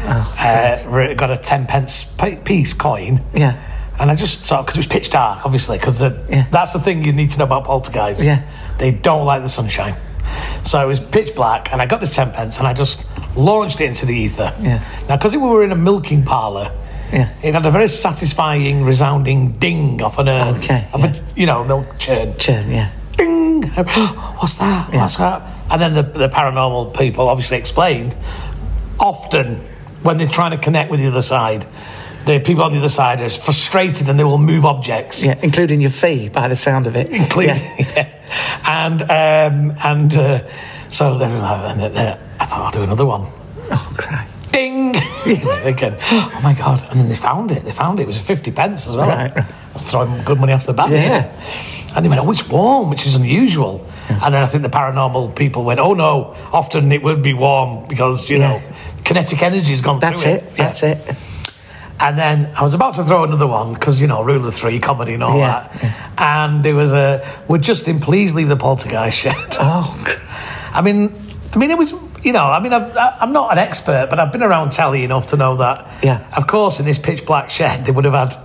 Speaker 7: Oh,
Speaker 8: uh, re- got a ten pence pi- piece coin.
Speaker 7: Yeah.
Speaker 8: And I just saw because it was pitch dark, obviously, because
Speaker 7: Yeah.
Speaker 8: that's the thing you need to know about poltergeists.
Speaker 7: Yeah.
Speaker 8: They don't like the sunshine. So it was pitch black, and I got this ten pence, and I just launched it into the ether.
Speaker 7: Yeah.
Speaker 8: Now, because we were in a milking parlour,
Speaker 7: Yeah.
Speaker 8: it had a very satisfying, resounding ding off an urn,
Speaker 7: Okay,
Speaker 8: of
Speaker 7: yeah.
Speaker 8: a you know, no churn
Speaker 7: Churn, yeah.
Speaker 8: ding, what's that? What's that? And then the, the paranormal people obviously explained often when they're trying to connect with the other side, the people on the other side are frustrated and they will move objects.
Speaker 7: Yeah, including your fee by the sound of it.
Speaker 8: Including,
Speaker 7: Yeah.
Speaker 8: And, um, and uh, so they were like, and, then, uh, I thought I'll do another one.
Speaker 7: Oh, Christ.
Speaker 8: Ding! Again. Oh my God. And then they found it. They found it. It was 50 pence as well.
Speaker 7: Right, right.
Speaker 8: I was throwing good money off the bat.
Speaker 7: Yeah.
Speaker 8: And they went, oh, it's warm, which is unusual. And then I think the paranormal people went, oh no, often it would be warm because, you
Speaker 7: Yeah.
Speaker 8: know, kinetic energy has gone
Speaker 7: That's
Speaker 8: through
Speaker 7: it,
Speaker 8: it. Yeah.
Speaker 7: that's it.
Speaker 8: And then I was about to throw another one because, you know, rule of three, comedy and all
Speaker 7: Yeah,
Speaker 8: that. And there was a, would Justin please leave the poltergeist shed?
Speaker 7: Oh, Christ.
Speaker 8: I mean, I mean, it was, you know, I mean, I've, I- I'm not an expert, but I've been around telly enough to know that.
Speaker 7: Yeah.
Speaker 8: Of course, in this pitch black shed, they would have had.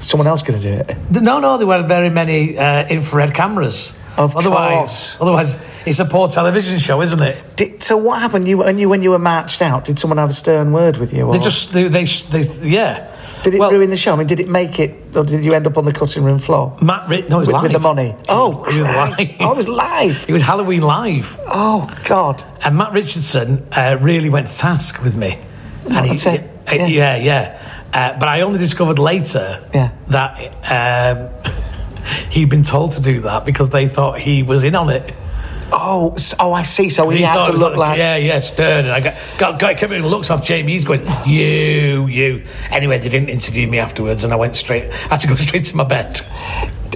Speaker 7: someone else going to do it.
Speaker 8: No, no, there weren't very many uh, infrared cameras.
Speaker 7: Of
Speaker 8: otherwise,
Speaker 7: course.
Speaker 8: otherwise, it's a poor television show, isn't it?
Speaker 7: Did, so what happened? You when you when you were marched out, did someone have a stern word with you? Or
Speaker 8: They just, they, they, they yeah.
Speaker 7: did it
Speaker 8: well,
Speaker 7: ruin the show? I mean, did it make it, or did you end up on the cutting room floor?
Speaker 8: Matt, Ri- no, it was
Speaker 7: with,
Speaker 8: live
Speaker 7: with the money. Oh,
Speaker 8: It was
Speaker 7: Christ.
Speaker 8: live.
Speaker 7: I was live.
Speaker 8: It was Halloween live,
Speaker 7: Oh God.
Speaker 8: and Matt Richardson uh, really went to task with me. and
Speaker 7: that's it.
Speaker 8: uh, Yeah, yeah. Uh, but I only discovered later
Speaker 7: Yeah.
Speaker 8: that um, he'd been told to do that because they thought he was in on it.
Speaker 7: Oh, s- oh, I see. So he,
Speaker 8: He
Speaker 7: had
Speaker 8: thought
Speaker 7: to
Speaker 8: it was
Speaker 7: look like.
Speaker 8: yeah, yeah, stern. And I got, got, got kept getting looks off Jamie. He's going, you, you. Anyway, they didn't interview me afterwards, and I went straight. I had to go straight to my bed.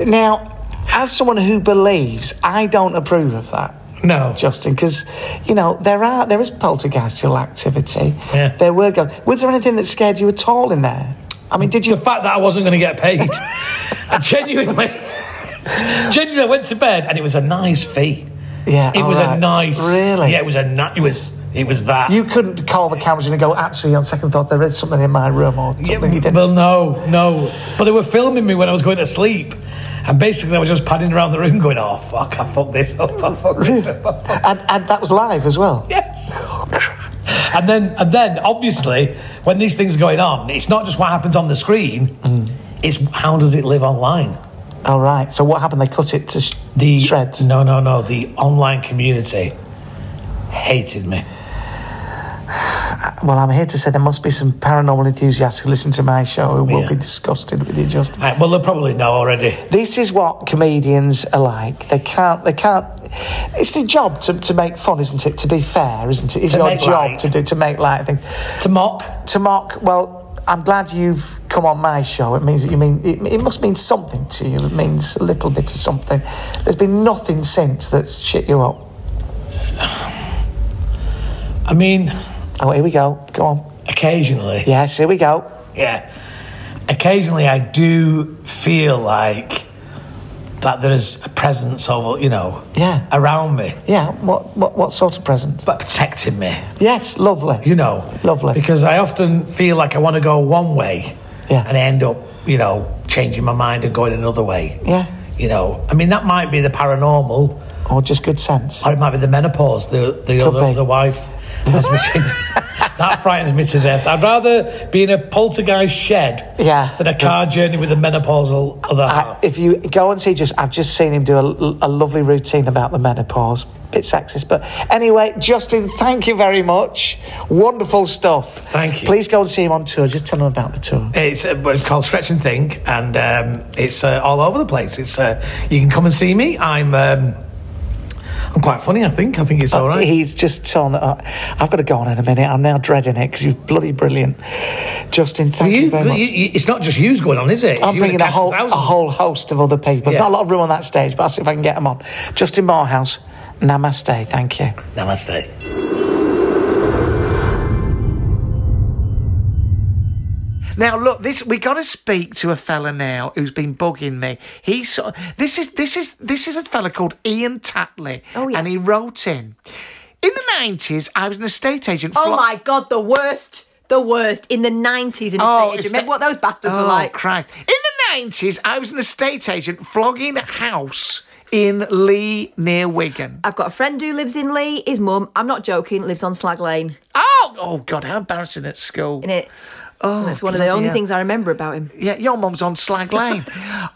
Speaker 7: Now, as someone who believes, I don't approve of that.
Speaker 8: No,
Speaker 7: Justin, because you know there are there is poltergeistical activity.
Speaker 8: Yeah.
Speaker 7: There were go. Was there anything that scared you at all in there? I mean, did you?
Speaker 8: the fact that I wasn't going to get paid. I genuinely, genuinely, I went to bed, and it was a nice fee.
Speaker 7: yeah,
Speaker 8: It
Speaker 7: all
Speaker 8: was
Speaker 7: right.
Speaker 8: a nice,
Speaker 7: Really?
Speaker 8: Yeah, it was a ni- It was, it was that.
Speaker 7: You couldn't call the cameras and go, actually, on second thought, there is something in my room or something
Speaker 8: Yeah,
Speaker 7: you didn't.
Speaker 8: Well, no, no. But they were filming me when I was going to sleep. And basically, I was just padding around the room going, oh, fuck, I fucked this up, I fucked this up. I fucked
Speaker 7: and, and that was live as well. Oh,
Speaker 8: Yes. And then, and then, obviously, when these things are going on, it's not just what happens on the screen. It's how does it live online?
Speaker 7: All right. So what happened? They cut it to sh-
Speaker 8: The
Speaker 7: shreds.
Speaker 8: No, no, no. The online community hated me.
Speaker 7: Well, I'm here to say there must be some paranormal enthusiasts who listen to my show who will
Speaker 8: Yeah.
Speaker 7: be disgusted with you, Justin.
Speaker 8: Right, Uh, well, they probably know already.
Speaker 7: This is what comedians are like. They can't. They can't. It's their job to, to make fun, isn't it? To be fair, isn't it? It's
Speaker 8: To
Speaker 7: your
Speaker 8: make
Speaker 7: job
Speaker 8: light.
Speaker 7: to do to make light of things.
Speaker 8: To mock.
Speaker 7: to mock. Well, I'm glad you've come on my show. It means that you mean it, it must mean something to you. It means a little bit of something. There's been nothing since that's shit you up.
Speaker 8: I mean,
Speaker 7: Oh, here we go. Go on.
Speaker 8: occasionally.
Speaker 7: Yes, here we go.
Speaker 8: yeah. Occasionally, I do feel like that there is a presence of you know,
Speaker 7: Yeah.
Speaker 8: around me,
Speaker 7: Yeah. What what what sort of present?
Speaker 8: but protecting me.
Speaker 7: Yes, lovely.
Speaker 8: You know,
Speaker 7: Lovely.
Speaker 8: Because I often feel like I want to go one way,
Speaker 7: Yeah.
Speaker 8: and I end up, you know, changing my mind and going another way.
Speaker 7: Yeah.
Speaker 8: You know, I mean, that might be the paranormal,
Speaker 7: Or just good sense.
Speaker 8: or it might be the menopause. The the
Speaker 7: Could
Speaker 8: other
Speaker 7: be.
Speaker 8: the wife has me. That frightens me to death. I'd rather be in a poltergeist shed
Speaker 7: Yeah.
Speaker 8: than a car journey with a menopausal other
Speaker 7: I,
Speaker 8: half.
Speaker 7: if you go and see, just I've just seen him do a, a lovely routine about the menopause. Bit sexist, but anyway, Justin, thank you very much. Wonderful stuff.
Speaker 8: Thank you.
Speaker 7: Please go and see him on tour. Just tell him about the tour.
Speaker 8: It's uh, well, called Stretch and Think, and um, it's uh, all over the place. It's uh, you can come and see me. I'm um, I'm quite funny. I think. I think it's
Speaker 7: Uh,
Speaker 8: all right.
Speaker 7: He's just telling that uh, I've got to go on in a minute. I'm now dreading it because you're bloody brilliant, Justin. Thank you,
Speaker 8: You-
Speaker 7: very much. Um,
Speaker 8: you- you- it's not just yous going on, is it? It's
Speaker 7: I'm
Speaker 8: you and
Speaker 7: bringing a
Speaker 8: cast of
Speaker 7: whole, a
Speaker 8: thousands.
Speaker 7: whole host of other people. There's
Speaker 8: Yeah.
Speaker 7: not a lot of room on that stage, but I'll see if I can get them on. Justin Morehouse, namaste. Thank you.
Speaker 8: Namaste.
Speaker 1: Now look, this we got to speak to a fella now who's been bugging me. He so, this is this is this is a fella called Ian Tatley,
Speaker 9: Oh, yeah.
Speaker 1: and he wrote in. In the nineties, I was an estate agent.
Speaker 9: Oh
Speaker 1: fly-
Speaker 9: my god, the worst, the worst in the nineties in
Speaker 1: Oh,
Speaker 9: estate agent.
Speaker 1: it's
Speaker 9: Remember
Speaker 1: the-
Speaker 9: what those bastards
Speaker 1: oh,
Speaker 9: were like?
Speaker 1: Christ! In the nineties, I was an estate agent flogging a house in Lee near Wigan.
Speaker 9: I've got a friend who lives in Lee. His mum, I'm not joking, lives on Slag Lane.
Speaker 1: Oh, oh God! How embarrassing at school.
Speaker 9: In it,
Speaker 1: Oh,
Speaker 9: that's one of the
Speaker 1: bloody
Speaker 9: only
Speaker 1: hell.
Speaker 9: things I remember about him.
Speaker 1: Yeah, your mum's on Slag Lane.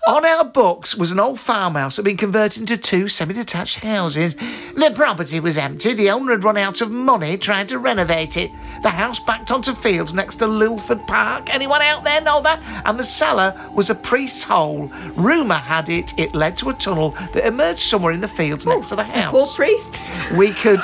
Speaker 1: on our books was an old farmhouse that had been converted into two semi detached houses. The property was empty, the owner had run out of money trying to renovate it. The house backed onto fields next to Lilford Park. Anyone out there know that? And the cellar was a priest's hole. Rumour had it, it led to a tunnel that emerged somewhere in the fields next to the house
Speaker 9: Poor priest.
Speaker 1: we could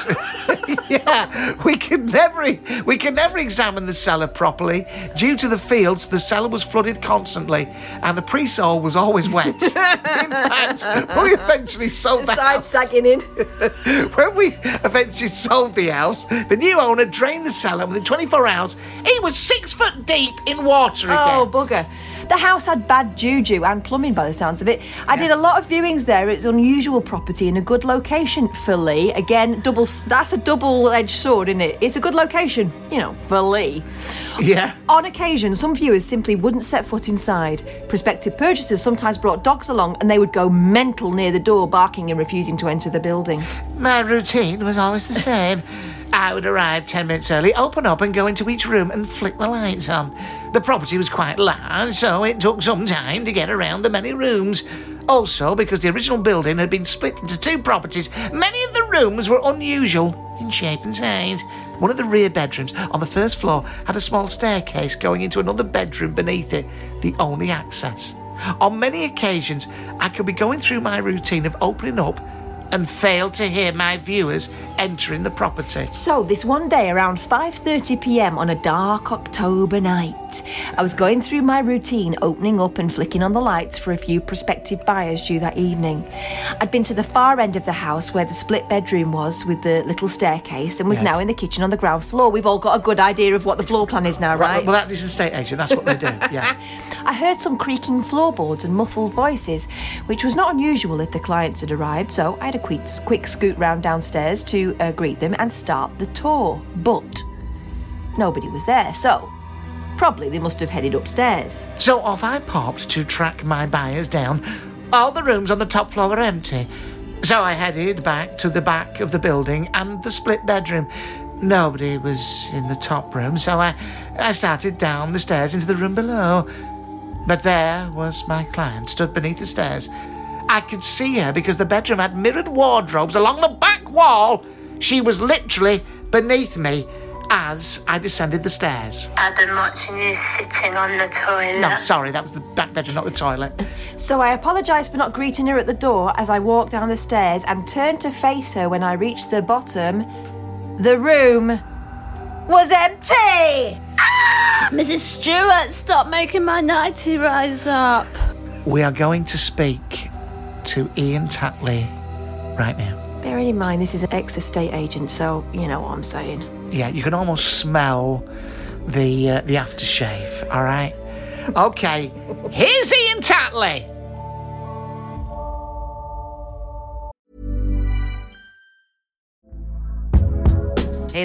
Speaker 1: yeah we could never e, we could never examine the cellar properly due to the fields the cellar was flooded constantly and the pre-sole was always wet in fact we eventually sold the
Speaker 9: Side
Speaker 1: house
Speaker 9: sagging in.
Speaker 1: when we eventually sold the house the new owner drained the cellar within 24 hours it was six foot deep in water again
Speaker 9: Oh, bugger. The house had bad juju and plumbing by the sounds of it. I did a lot of viewings there. It's unusual property in a good location for Lee. Again, double that's a double-edged sword, isn't it? It's a good location, you know, for Lee.
Speaker 1: yeah
Speaker 9: On occasion, some viewers simply wouldn't set foot inside. Prospective purchasers sometimes brought dogs along and they would go mental near the door, barking and refusing to enter the building.
Speaker 1: My routine was always the same. I would arrive 10 minutes early, open up, and go into each room and flick the lights on. The property was quite large, so it took some time to get around the many rooms. Also, because the original building had been split into two properties, many of the rooms were unusual in shape and size. One of the rear bedrooms on the first floor had a small staircase going into another bedroom beneath it, the only access. On many occasions, I could be going through my routine of opening up and failed to hear my viewers entering the property.
Speaker 2: So this one day around 5:30 p.m. on a dark October night, I was going through my routine opening up and flicking on the lights for a few prospective buyers due that evening. I'd been to the far end of the house where the split bedroom was with the little staircase and was
Speaker 1: Yes.
Speaker 2: now in the kitchen on the ground floor. We've all got a good idea of what the floor plan is now, right?
Speaker 1: Well, that is estate agent. That's what they do. Yeah.
Speaker 2: I heard some creaking floorboards and muffled voices, which was not unusual if the clients had arrived, so I had a quick, quick scoot round downstairs to uh, greet them and start the tour. But nobody was there, so probably they must have headed upstairs.
Speaker 1: So off I popped to track my buyers down. All the rooms on the top floor were empty. So I headed back to the back of the building and the split bedroom. Nobody was in the top room, so I, I started down the stairs into the room below. But there was my client, stood beneath the stairs. I could see her because the bedroom had mirrored wardrobes along the back wall. She was literally beneath me as I descended the stairs.
Speaker 4: I've been watching you sitting on the toilet.
Speaker 1: No, sorry, that was the back bedroom, not the toilet.
Speaker 2: So I apologised for not greeting her at the door as I walked down the stairs and turned to face her when I reached the bottom. The room was empty!
Speaker 10: Mrs. Stewart, stop making my nighty rise up.
Speaker 1: We are going to speak to Ian Tatley right now.
Speaker 2: Bearing in mind this is an ex estate agent, so you know what I'm saying.
Speaker 1: Yeah, you can almost smell the uh, the aftershave. All right. Okay. Here's Ian Tatley.
Speaker 11: Hey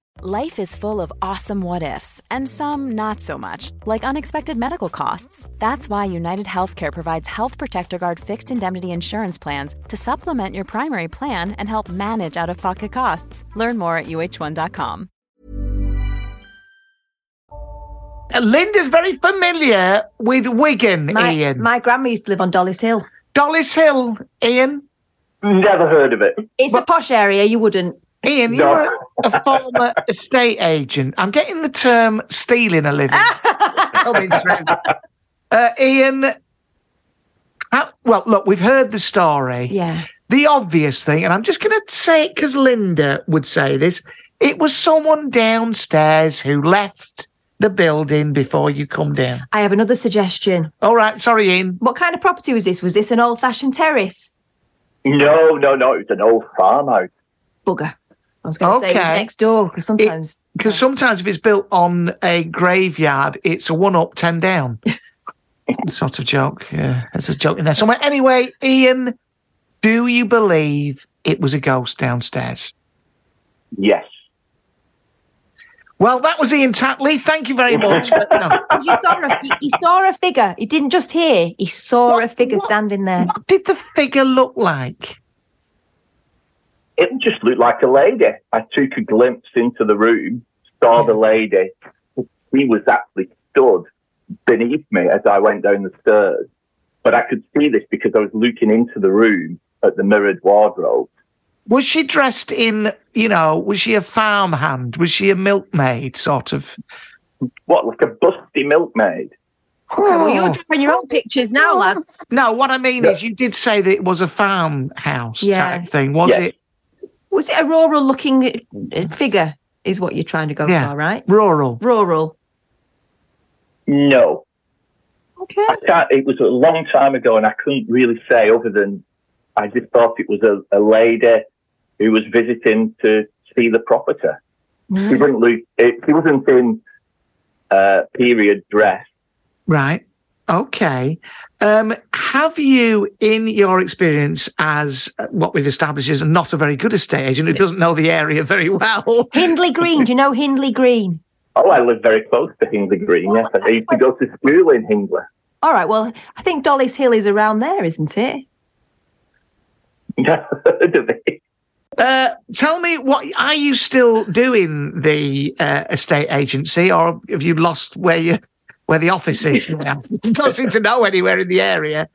Speaker 12: Life is full of awesome what ifs and some not so much, like unexpected medical costs. That's why United Healthcare provides Health Protector Guard fixed indemnity insurance plans to supplement your primary plan and help manage out of pocket costs. Learn more at uh1.com.
Speaker 1: Uh, Linda's very familiar with Wigan,
Speaker 2: My,
Speaker 1: Ian.
Speaker 2: my grandma used to live on Dollis Hill.
Speaker 1: Dollis Hill, Ian?
Speaker 13: Never heard of it.
Speaker 2: It's a posh area, you wouldn't.
Speaker 1: Ian,
Speaker 2: No.
Speaker 1: you're a, a former estate agent. I'm getting the term stealing a living. coming through. Uh, Ian, how- well, look, we've heard the story.
Speaker 2: Yeah.
Speaker 1: The obvious thing, and I'm just going to say it because Linda would say this it was someone downstairs who left the building before you come down.
Speaker 2: I have another suggestion.
Speaker 1: All right, sorry, Ian.
Speaker 2: What kind of property was this? Was this an old fashioned terrace?
Speaker 13: No, no, no. It was an old farmhouse.
Speaker 2: Bugger. I was going to say it was
Speaker 1: Okay.
Speaker 2: next door because sometimes.
Speaker 1: Because sometimes if it's built on a graveyard, it's a one up, 10 down sort of joke. Yeah, there's a joke in there somewhere. Anyway, Ian, do you believe it was a ghost downstairs?
Speaker 13: Yes.
Speaker 1: Well, that was Ian Tatley. Thank you very much. For, no.
Speaker 2: You saw a, he- he saw a figure. He didn't just hear. He saw a figure standing there.
Speaker 1: What did the figure look like?
Speaker 13: It just looked like a lady. I took a glimpse into the room, saw the lady. She was actually stood beneath me as I went down the stairs. But I could see this because I was looking into the room at the mirrored wardrobe.
Speaker 1: Was she dressed in, you know, was she a farmhand? Was she a milkmaid, sort of?
Speaker 13: What, like a busty milkmaid?
Speaker 2: well, you're drawing your own pictures now, lads.
Speaker 1: No, what I mean is, you did say that it was a farmhouse type
Speaker 2: Yes.
Speaker 1: thing, was
Speaker 2: Yes.
Speaker 1: it?
Speaker 2: Was it a rural looking figure, is what you're trying to go
Speaker 1: Yeah.
Speaker 2: for, right?
Speaker 1: Rural.
Speaker 2: Rural.
Speaker 13: No.
Speaker 2: Okay.
Speaker 13: I can't, it was a long time ago, and I couldn't really say other than I just thought it was a, a lady who was visiting to see the property.
Speaker 2: Mm-hmm.
Speaker 13: She
Speaker 1: Right.
Speaker 13: wasn't look, it, she wasn't in uh, period dress.
Speaker 1: Okay. Um, have you, in your experience as uh, what we've established is not a very good estate agent who doesn't know the area very well,
Speaker 2: Hindley Green. Do you know Hindley Green?
Speaker 13: Oh, I live very close to Hindley Green.
Speaker 1: Oh,
Speaker 13: Yes, I used to go to school in Hindley.
Speaker 2: All right. Well, I think Dolly's Hill is around there, isn't it?
Speaker 13: Never heard of it.
Speaker 1: Uh, tell me, what are you still doing the uh, estate agency, or have you lost where you where the office is? now? you don't seem to know anywhere in the area.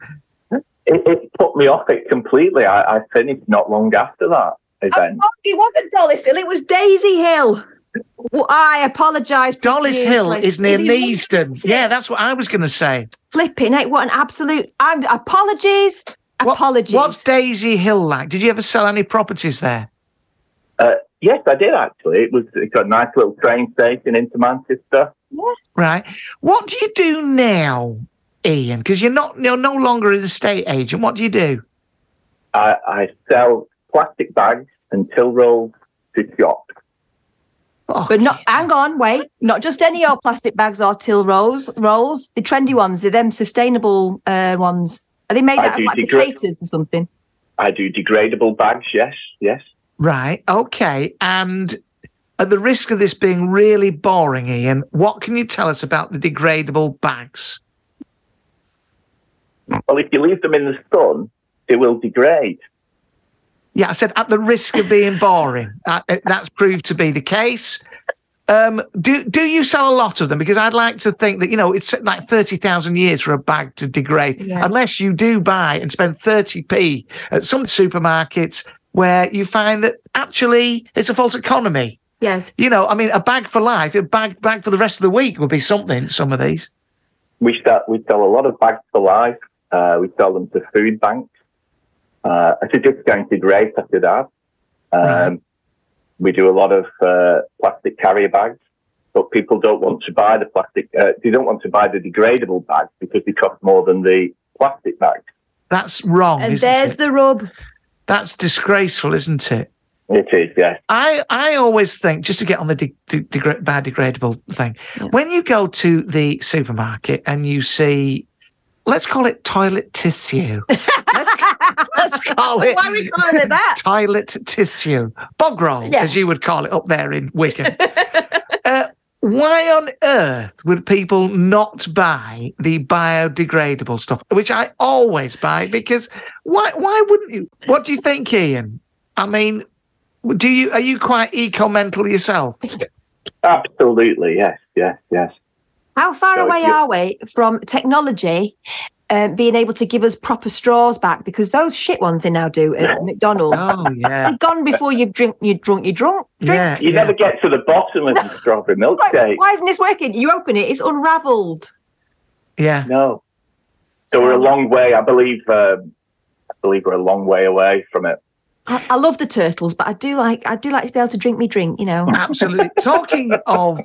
Speaker 13: It, it put me off it completely. I, I finished not long after that event.
Speaker 2: Oh, it wasn't Dolly's Hill. It was Daisy Hill. Well, I apologise.
Speaker 1: Dollis Hill
Speaker 2: profusely.
Speaker 1: is near
Speaker 2: he
Speaker 1: Neasden. Yeah, that's what I was going to say.
Speaker 2: Flipping it. What an absolute. I'm apologies. Apologies.
Speaker 1: What's Daisy Hill like? Did you ever sell any properties there?
Speaker 13: Uh, yes, I did actually. It was it got a nice little train station into Manchester.
Speaker 1: Right. What do you do now, Ian? Because you're not you're no longer an estate agent. What do you do?
Speaker 13: I, I sell plastic bags and till rolls to shops.
Speaker 1: Oh,
Speaker 2: But not. Hang on. Wait. Not just any old plastic bags or till rolls. Rolls. The trendy ones. They're them sustainable uh, ones. Are they made
Speaker 13: I
Speaker 2: out of
Speaker 13: do
Speaker 2: like
Speaker 13: degrade-
Speaker 2: potatoes or something?
Speaker 13: I do degradable bags. Yes, yes.
Speaker 1: Right. Okay. And at the risk of this being really boring, Ian, what can you tell us about the degradable bags?
Speaker 13: Well, if you leave them in the sun, they will degrade.
Speaker 1: Yeah, I said at the risk of being boring. uh, uh, that's proved to be the case. Um, do do you sell a lot of them? Because I'd like to think that you know it's like thirty thousand years for a bag to degrade, unless you do buy and spend thirty p at some supermarkets where you find that actually it's a false economy.
Speaker 2: Yes.
Speaker 1: You know, I mean, a bag for life, a bag bag for the rest of the week would be something. Some of these.
Speaker 13: We sell, we sell a lot of bags for life. Uh, we sell them to food banks uh, at a discounted rate, I should add. Um, We do a lot of uh, plastic carrier bags, but people don't want to buy the plastic. Uh, they don't want to buy the degradable bags because they cost more than the plastic bags.
Speaker 1: That's wrong.
Speaker 2: And
Speaker 1: isn't
Speaker 2: there's
Speaker 1: it?
Speaker 2: the rub.
Speaker 1: That's disgraceful, isn't it?
Speaker 13: It is, yes.
Speaker 1: I, I always think just to get on the de- de- degra- biodegradable thing. When you go to the supermarket and you see, let's call it toilet tissue. let's, let's call it.
Speaker 2: Why are we calling it that?
Speaker 1: toilet tissue, bog roll,
Speaker 2: Yeah.
Speaker 1: as you would call it up there in Wickham. uh, why on earth would people not buy the biodegradable stuff, which I always buy? Because why? Why wouldn't you? What do you think, Ian? I mean, do you are you quite eco mental yourself?
Speaker 13: Absolutely, yes, yes, yes.
Speaker 2: How far
Speaker 13: So if
Speaker 2: away
Speaker 13: you-
Speaker 2: are we from technology um, being able to give us proper straws back? Because those shit ones they now do at McDonald's.
Speaker 1: Oh yeah,
Speaker 2: They're gone before you've drink, you drunk, you drunk.
Speaker 1: yeah,
Speaker 13: You
Speaker 1: yeah.
Speaker 13: never get to the bottom of the strawberry
Speaker 2: Like,
Speaker 13: milkshake.
Speaker 2: Why isn't this working? You open it, it's unravelled.
Speaker 1: yeah.
Speaker 13: No. So we're a long way. I believe. Um, I believe we're a long way away from it.
Speaker 2: I, I love the turtles, but I do like I do like to be able to drink me drink. You know,
Speaker 1: Absolutely. Talking of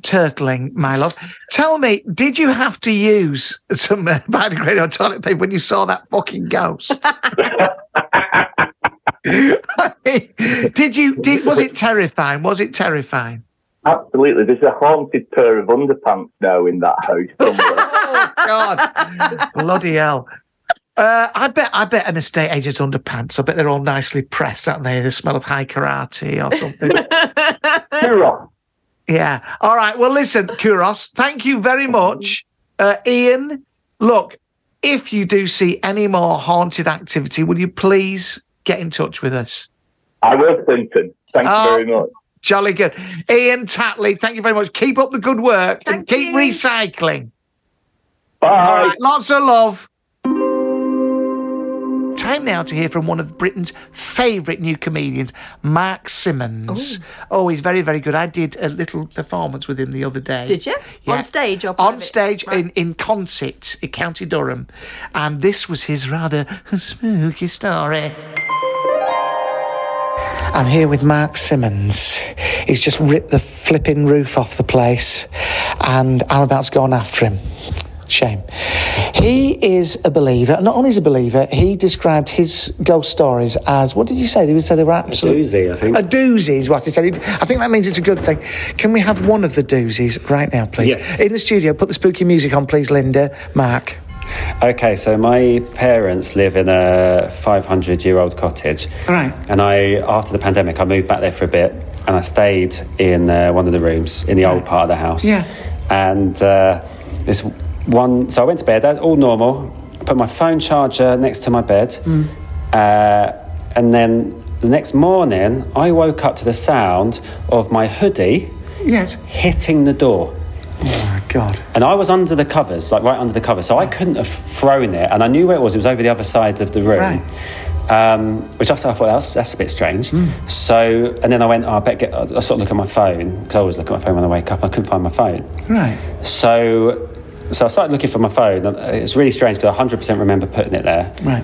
Speaker 1: turtling, my love, tell me, did you have to use some uh, biodegradable toilet paper when you saw that fucking ghost? I mean, did you? Did, was it terrifying? Was it terrifying?
Speaker 13: Absolutely. There's a haunted pair of underpants now in that house somewhere.
Speaker 1: Oh God! Bloody hell! Uh, I bet. I bet an estate agent's underpants. I bet they're all nicely pressed, aren't they? The smell of high karate or something.
Speaker 13: Too wrong.
Speaker 1: Yeah. All right. Well, listen, Kuros, thank you very much. Uh, Ian, look, if you do see any more haunted activity, will you please get in touch with us?
Speaker 13: I will, Clinton. Thank you very much.
Speaker 1: Oh, Jolly good. Ian Tatley, thank you very much. Keep up the good work and keep recycling. All right, lots of love. Time now to hear from one of Britain's favourite new comedians, Mark Simmons. Oh, he's very, very good. I did a little performance with him the other day.
Speaker 9: Did you?
Speaker 1: Yeah.
Speaker 9: On stage or
Speaker 1: on stage in, in concert at County Durham. And this was his rather spooky story.
Speaker 7: I'm here with Mark Simmons. He's just ripped the flipping roof off the place, and I'm about to go on after him. Shame. He is a believer. Not only is he a believer, he described his ghost stories as what did you say? They would say they were absolute
Speaker 14: doozy, I think.
Speaker 7: A doozy is what he said. I think that means it's a good thing. Can we have one of the doozies right now, please?
Speaker 14: Yes.
Speaker 7: In the studio, put the spooky music on, please, Linda. Mark.
Speaker 14: Uh, Okay, so my parents live in a 500 year old cottage.
Speaker 7: Right.
Speaker 14: And I, after the pandemic, I moved back there for a bit and I stayed in uh, one of the rooms in the old part of the house.
Speaker 7: Yeah.
Speaker 14: And uh, this one, so I went to bed, all normal, put my phone charger next to my bed.
Speaker 5: Mm.
Speaker 14: Uh, and then the next morning, I woke up to the sound of my hoodie
Speaker 7: Yes.
Speaker 14: hitting the door.
Speaker 7: Oh, God.
Speaker 14: And I was under the covers, like right under the covers, so I couldn't have thrown it. And I knew where it was. It was over the other side of the room.
Speaker 7: Right.
Speaker 14: Um, which I thought, that's, that's a bit strange.
Speaker 7: Hmm.
Speaker 14: So, and then I went, oh, I better get, I sort of look at my phone, because I always look at my phone when I wake up. I couldn't find my phone.
Speaker 7: Right.
Speaker 14: So, so I started looking for my phone. and It's really strange because I 100% remember putting it there.
Speaker 7: Right.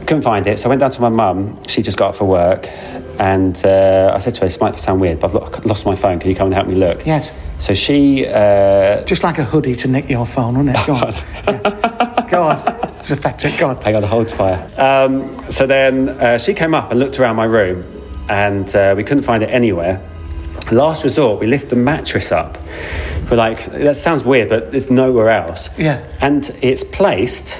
Speaker 14: Couldn't find it, so I went down to my mum. She just got up for work, and uh, I said to her, "This might sound weird, but I've lo- lost my phone. Can you come and help me look?"
Speaker 7: Yes.
Speaker 14: So she uh,
Speaker 7: Just like a hoodie to nick your phone, wasn't it? Go on. Yeah. Go on. It's pathetic. Go on.
Speaker 14: I got a hold fire. Um, so then uh, she came up and looked around my room, and uh, we couldn't find it anywhere. Last resort, we lift the mattress up. We're like, that sounds weird, but there's nowhere else.
Speaker 7: Yeah.
Speaker 14: And it's placed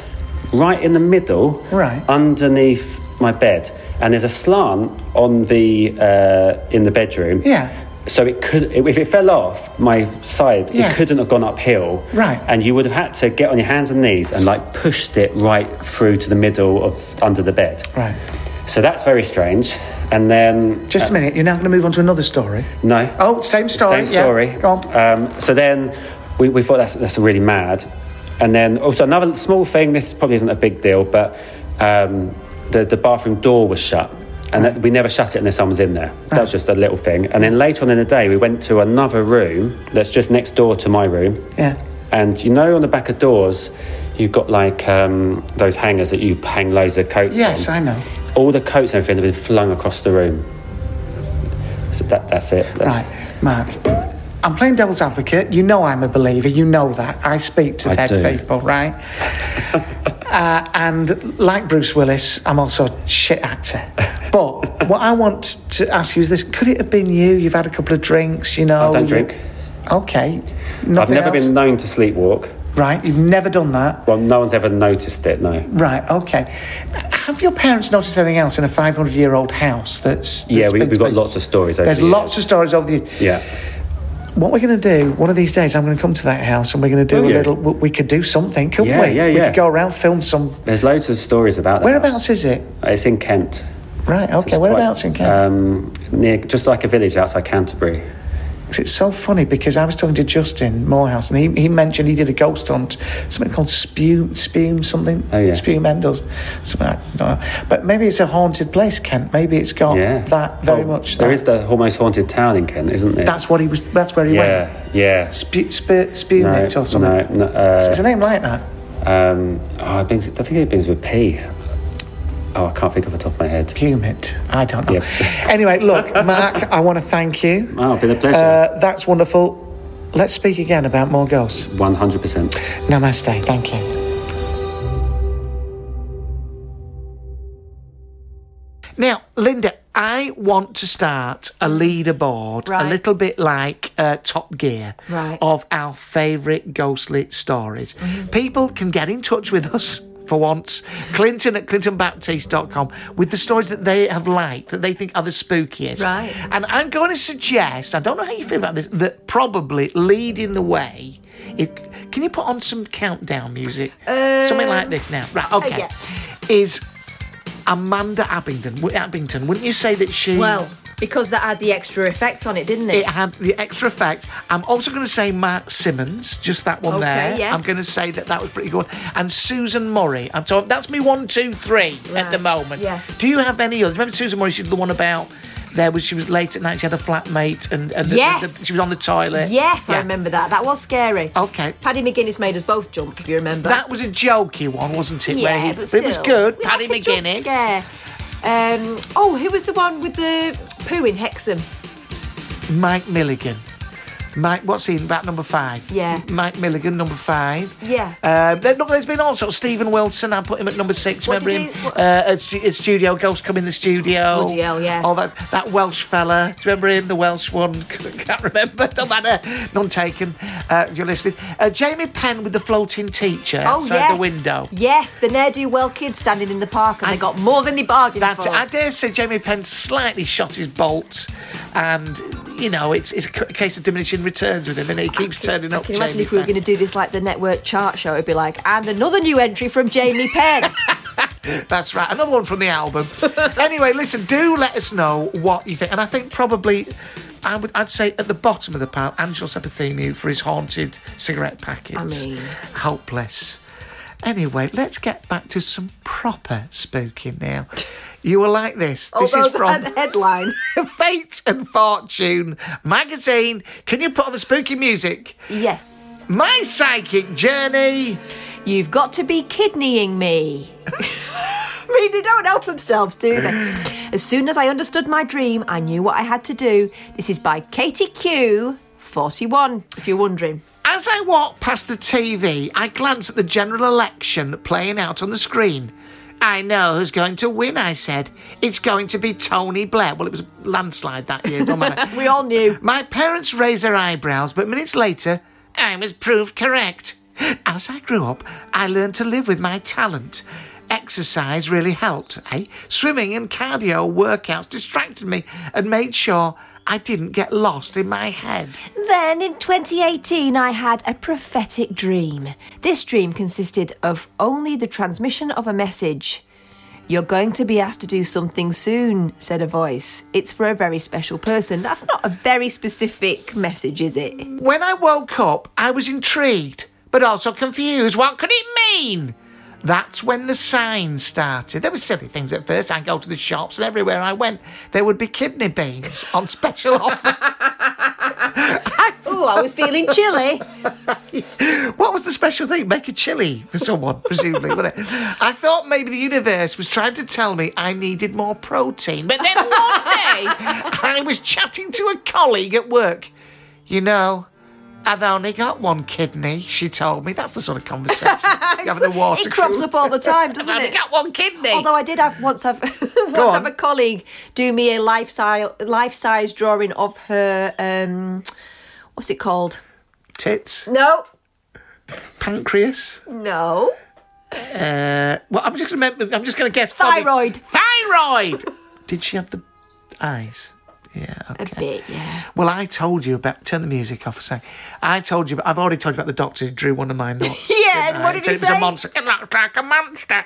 Speaker 14: right in the middle,
Speaker 7: Right.
Speaker 14: underneath my bed, and there's a slant on the uh, in the bedroom.
Speaker 7: Yeah.
Speaker 14: So it could, if it fell off my side,
Speaker 7: Yes.
Speaker 14: it couldn't have gone uphill.
Speaker 7: Right.
Speaker 14: And you would have had to get on your hands and knees and like pushed it right through to the middle of under the bed.
Speaker 7: Right.
Speaker 14: So that's very strange. And then uh,
Speaker 7: Just a minute. You're now going to move on to another story.
Speaker 14: no.
Speaker 7: Oh, same story.
Speaker 14: Same
Speaker 7: yeah.
Speaker 14: story. Um, so then we, we thought that's, that's really mad. And then also another small thing, this probably isn't a big deal, but um, the, the bathroom door was shut. And that, we never shut it unless someone was in there. That was just a little thing. And then later on in the day, we went to another room that's just next door to my room.
Speaker 7: Yeah.
Speaker 14: And you know, on the back of doors, you've got like um, those hangers that you hang loads of coats
Speaker 7: Yes,
Speaker 14: on.
Speaker 7: I know.
Speaker 14: All the coats and everything have been flung across the room. So that, that's it. That's,
Speaker 7: Right, Mark. I'm playing devil's advocate. You know I'm a believer. You know that. I speak to
Speaker 14: I
Speaker 7: dead
Speaker 14: do.
Speaker 7: people, right? uh, and like Bruce Willis, I'm also a shit actor. But what I want to ask you is this could it have been you? You've had a couple of drinks, you know.
Speaker 14: I don't
Speaker 7: you-
Speaker 14: drink.
Speaker 7: Okay.
Speaker 14: I've
Speaker 7: Nothing
Speaker 14: never
Speaker 7: else?
Speaker 14: been known to sleepwalk.
Speaker 7: Right, you've never done that.
Speaker 14: Well, no one's ever noticed it, no.
Speaker 7: Right, okay. Have your parents noticed anything else in a 500 year old house that's.
Speaker 14: yeah,
Speaker 7: that's
Speaker 14: we,
Speaker 7: been-
Speaker 14: we've got lots of stories over
Speaker 7: There's
Speaker 14: the years.
Speaker 7: lots of stories over the years.
Speaker 14: Yeah.
Speaker 7: What we're going to do one of these days, I'm going to come to that house and we're going to do
Speaker 14: Will
Speaker 7: a
Speaker 14: you?
Speaker 7: little. We we could do something, couldn't
Speaker 14: Oh, Yeah,
Speaker 7: we?
Speaker 14: yeah,
Speaker 7: We
Speaker 14: yeah.
Speaker 7: could go around, film some.
Speaker 14: There's loads of stories about that.
Speaker 7: Whereabouts is it?
Speaker 14: It's in Kent.
Speaker 7: Right, okay.
Speaker 14: It's
Speaker 7: Whereabouts
Speaker 14: quite-
Speaker 7: in Kent?
Speaker 14: Um, near, just like a village outside Canterbury.
Speaker 7: 'Cause it's so funny because I was talking to Justin Morehouse and he, he mentioned he did a ghost hunt, something called Spume, Spume something.
Speaker 14: Oh, yeah.
Speaker 7: Spume Endles. Something like I don't know. But maybe it's a haunted place, Kent. Maybe it's got
Speaker 14: Yeah.
Speaker 7: that very
Speaker 14: Oh,
Speaker 7: much.
Speaker 14: There
Speaker 7: that.
Speaker 14: is the almost haunted town in Kent, isn't there?
Speaker 7: That's what he was. That's where he
Speaker 14: yeah,
Speaker 7: went.
Speaker 14: yeah.
Speaker 7: Spu, spu, spume
Speaker 14: No,
Speaker 7: it or something.
Speaker 14: no, no, uh,
Speaker 7: Is a name like that?
Speaker 14: Um, oh, it begins, I think it begins with P. Oh, I can't think off the top of my head.
Speaker 7: Humid. I don't know.
Speaker 14: Yep.
Speaker 7: Anyway, look, Mark, I want to thank you.
Speaker 14: Oh, been a pleasure.
Speaker 7: Uh, that's wonderful. Let's speak again about more ghosts.
Speaker 14: 100%.
Speaker 7: Namaste. Thank you.
Speaker 1: Now, Linda, I want to start a leaderboard, a
Speaker 9: Right.
Speaker 1: little bit like uh, Top Gear,
Speaker 5: Oh,
Speaker 9: Right.
Speaker 1: of our favourite ghostly stories. People can get in touch with us for once. Clinton at clintonbaptiste.com with the stories that they have liked, that they think are the spookiest.
Speaker 2: Right.
Speaker 1: And I'm going to suggest, I don't know how you feel about this, that probably leading the way. It, can you put on some countdown music? Something like this now. Right, okay.
Speaker 2: Uh, yeah.
Speaker 1: Is Amanda Abingdon, w- Abington, wouldn't you say that she.
Speaker 2: Well, because that had the extra effect on it, didn't it?
Speaker 1: It had the extra effect. I'm also going to say Mark Simmons, just that one
Speaker 2: Okay,
Speaker 1: there.
Speaker 2: yes.
Speaker 1: I'm going to say that that was pretty good. And Susan Murray. And so that's me one, two, three at the moment.
Speaker 2: yeah.
Speaker 1: Do you have any others? Remember Susan Murray? She did the one about there was she was late at night. She had a flatmate and, and the-
Speaker 2: Yes.
Speaker 1: the- she was on the toilet.
Speaker 2: Yes, I
Speaker 1: Yeah.
Speaker 2: remember that. That was scary.
Speaker 1: Okay.
Speaker 2: Paddy McGuinness made us both jump, if you remember.
Speaker 1: That was a jokey one, wasn't it? where
Speaker 2: yeah,
Speaker 1: he-
Speaker 2: but,
Speaker 1: it was
Speaker 2: still,
Speaker 1: good.
Speaker 2: we
Speaker 1: Paddy
Speaker 2: like a jump
Speaker 1: McGuinness.
Speaker 2: Scare. Um, oh, who was the one with the poo in Hexham?
Speaker 1: Mike Milligan. Mike, what's he in that number five?
Speaker 2: Yeah.
Speaker 1: Mike Milligan, number five.
Speaker 2: Yeah.
Speaker 1: Um, there- look, there's been all sorts. Stephen Wilson, I put him at number six.
Speaker 2: What
Speaker 1: Remember
Speaker 2: did
Speaker 1: him?
Speaker 2: he- what-
Speaker 1: Uh, at, stu- at studio, ghosts come in the studio.
Speaker 2: Bloody hell, yeah.
Speaker 1: All that that Welsh fella. Do you remember him? The Welsh one. Can't remember. Don't matter. None taken. Uh, if you're listening. Uh, Jamie Penn with the floating teacher outside
Speaker 2: Oh, yes.
Speaker 1: the window.
Speaker 2: Yes, the ne'er do well kids standing in the park and they got more than they bargained
Speaker 1: That's
Speaker 2: for.
Speaker 1: it. I dare say Jamie Penn slightly shot his bolt, and you know it's it's a c- case of diminishing returns with him, and he keeps turning up.
Speaker 2: Can you imagine
Speaker 1: Jamie
Speaker 2: if we were
Speaker 1: Penn.
Speaker 2: going to do this like the network chart show? It'd be like, and another new entry from Jamie Penn.
Speaker 1: That's right. Another one from the album. anyway, listen, do let us know what you think. And I think probably I would I'd say at the bottom of the pile, Angelo Sabatini for his haunted cigarette packets.
Speaker 2: I mean-
Speaker 1: Hopeless. Anyway, let's get back to some proper spooky now. You will like this. This
Speaker 2: Although
Speaker 1: is from
Speaker 2: the headline.
Speaker 1: Fate and Fortune magazine. Can you put on the spooky music?
Speaker 2: yes.
Speaker 1: My psychic journey.
Speaker 2: You've got to be kidneying me. I mean, they don't help themselves, do they? As soon as I understood my dream, I knew what I had to do. This is by Katie Q, 41, if you're wondering.
Speaker 1: As I walk past the TV, I glance at the general election playing out on the screen. I know who's going to win, I said. It's going to be Tony Blair. Well, it was a landslide that year, don't matter.
Speaker 2: We all knew.
Speaker 1: My parents raised their eyebrows, but minutes later, I was proved correct. As I grew up, I learned to live with my talent. Exercise really helped, eh? Swimming and cardio workouts distracted me and made sure I didn't get lost in my head.
Speaker 2: Then in 2018, I had a prophetic dream. This dream consisted of only the transmission of a message. You're going to be asked to do something soon, said a voice. It's for a very special person. That's not a very specific message, is it?
Speaker 1: When I woke up, I was intrigued, but also confused. What could it mean? That's when the signs started. There were silly things at first. I'd go to the shops, and everywhere I went, there would be kidney beans on special offer.
Speaker 2: Oh, I was feeling chilly.
Speaker 1: What was the special thing? Make a chili for someone, presumably, wasn't it? I thought maybe the universe was trying to tell me I needed more protein. But then one day, I was chatting to a colleague at work. You know, I've only got one kidney, she told me. That's the sort of conversation. you have at the water
Speaker 2: it crops
Speaker 1: cooler.
Speaker 2: up all the time, doesn't
Speaker 1: I've only
Speaker 2: it?
Speaker 1: got one kidney.
Speaker 2: Although I did have once have once have
Speaker 1: on.
Speaker 2: a colleague do me a life size life size drawing of her um what's it called?
Speaker 1: Tits,
Speaker 2: No,
Speaker 1: pancreas.
Speaker 2: no.
Speaker 1: Uh, well, I'm just going to I'm just going to guess. probably-
Speaker 2: Thyroid.
Speaker 1: Thyroid. Did she have the eyes? Yeah. Okay.
Speaker 2: A bit, yeah.
Speaker 1: Well, I told you about. Turn the music off a sec. I told you. I've already told you about the doctor who drew one of my knots.
Speaker 2: Yeah, and
Speaker 1: didn't I?
Speaker 2: what did
Speaker 1: So
Speaker 2: he
Speaker 1: it was
Speaker 2: say?
Speaker 1: a monster. It looked like a monster.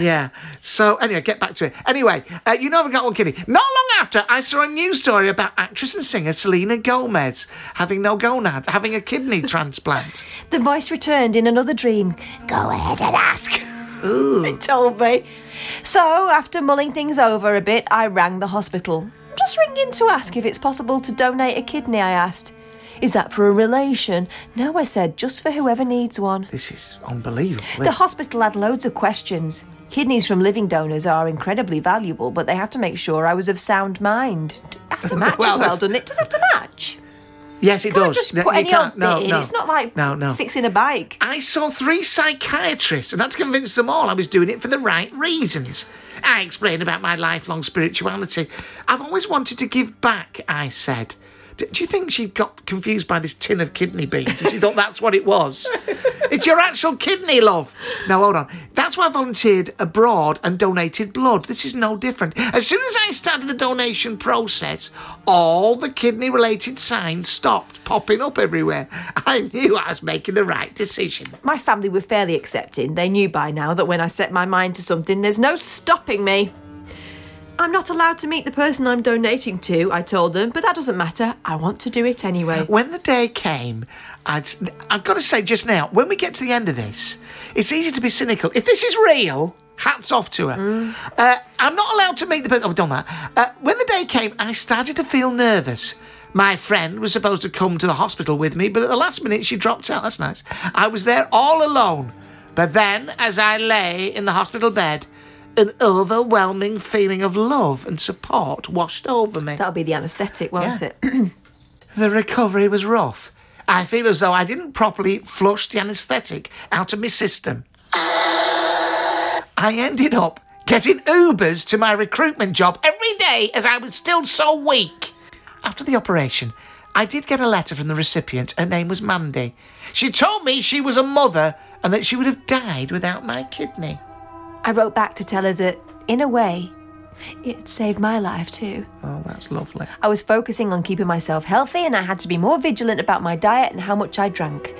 Speaker 1: yeah. So anyway, get back to it. Anyway, uh, you know I've got one kidding. Not long after, I saw a news story about actress and singer Selena Gomez having no gonad, having a kidney transplant.
Speaker 2: The voice returned in another dream. Go ahead and ask. It told me. So, after mulling things over a bit, I rang the hospital. Just ringing to ask if it's possible to donate a kidney, I asked. Is that for a relation? No, I said, just for whoever needs one.
Speaker 1: This is unbelievable.
Speaker 2: The hospital had loads of questions. Kidneys from living donors are incredibly valuable, but they have to make sure I was of sound mind. It has to match
Speaker 1: Well,
Speaker 2: as well,
Speaker 1: that's-
Speaker 2: doesn't it? Does it have to match?
Speaker 1: yes, it
Speaker 2: Can't
Speaker 1: does.
Speaker 2: just
Speaker 1: No,
Speaker 2: put
Speaker 1: you
Speaker 2: any
Speaker 1: can't.
Speaker 2: old
Speaker 1: No,
Speaker 2: bit in.
Speaker 1: no.
Speaker 2: It's not like
Speaker 1: no, no.
Speaker 2: fixing a bike.
Speaker 1: I saw three psychiatrists, and that's convinced them all I was doing it for the right reasons. I explained about my lifelong spirituality. I've always wanted to give back, I said. D- Do you think she got confused by this tin of kidney beans? and She thought that's what it was. it's your actual kidney, love. Now, hold on. That's why I volunteered abroad and donated blood. This is no different. As soon as I started the donation process, all the kidney related signs stopped popping up everywhere. I knew I was making the right decision.
Speaker 9: My family were fairly accepting. They knew by now that when I set my mind to something, there's no stopping me. I'm not allowed to meet the person I'm donating to, I told them, but that doesn't matter. I want to do it anyway.
Speaker 1: When the day came, I'd, I've got to say just now, when we get to the end of this, it's easy to be cynical. If this is real, hats off to her. Uh, I'm not allowed to meet the person. I've done that. Uh, when the day came, I started to feel nervous. My friend was supposed to come to the hospital with me, but at the last minute, she dropped out. That's nice. I was there all alone. But then, as I lay in the hospital bed, an overwhelming feeling of love and support washed over me.
Speaker 9: That'll be the anaesthetic, won't it?
Speaker 1: The recovery was rough. I feel as though I didn't properly flush the anaesthetic out of my system. I ended up getting Ubers to my recruitment job every day as I was still so weak. After the operation, I did get a letter from the recipient. Her name was Mandy. She told me she was a mother and that she would have died without my kidney.
Speaker 2: I wrote back to tell her that, in a way, it saved my life too.
Speaker 1: Oh, that's lovely.
Speaker 2: I was focusing on keeping myself healthy and I had to be more vigilant about my diet and how much I drank.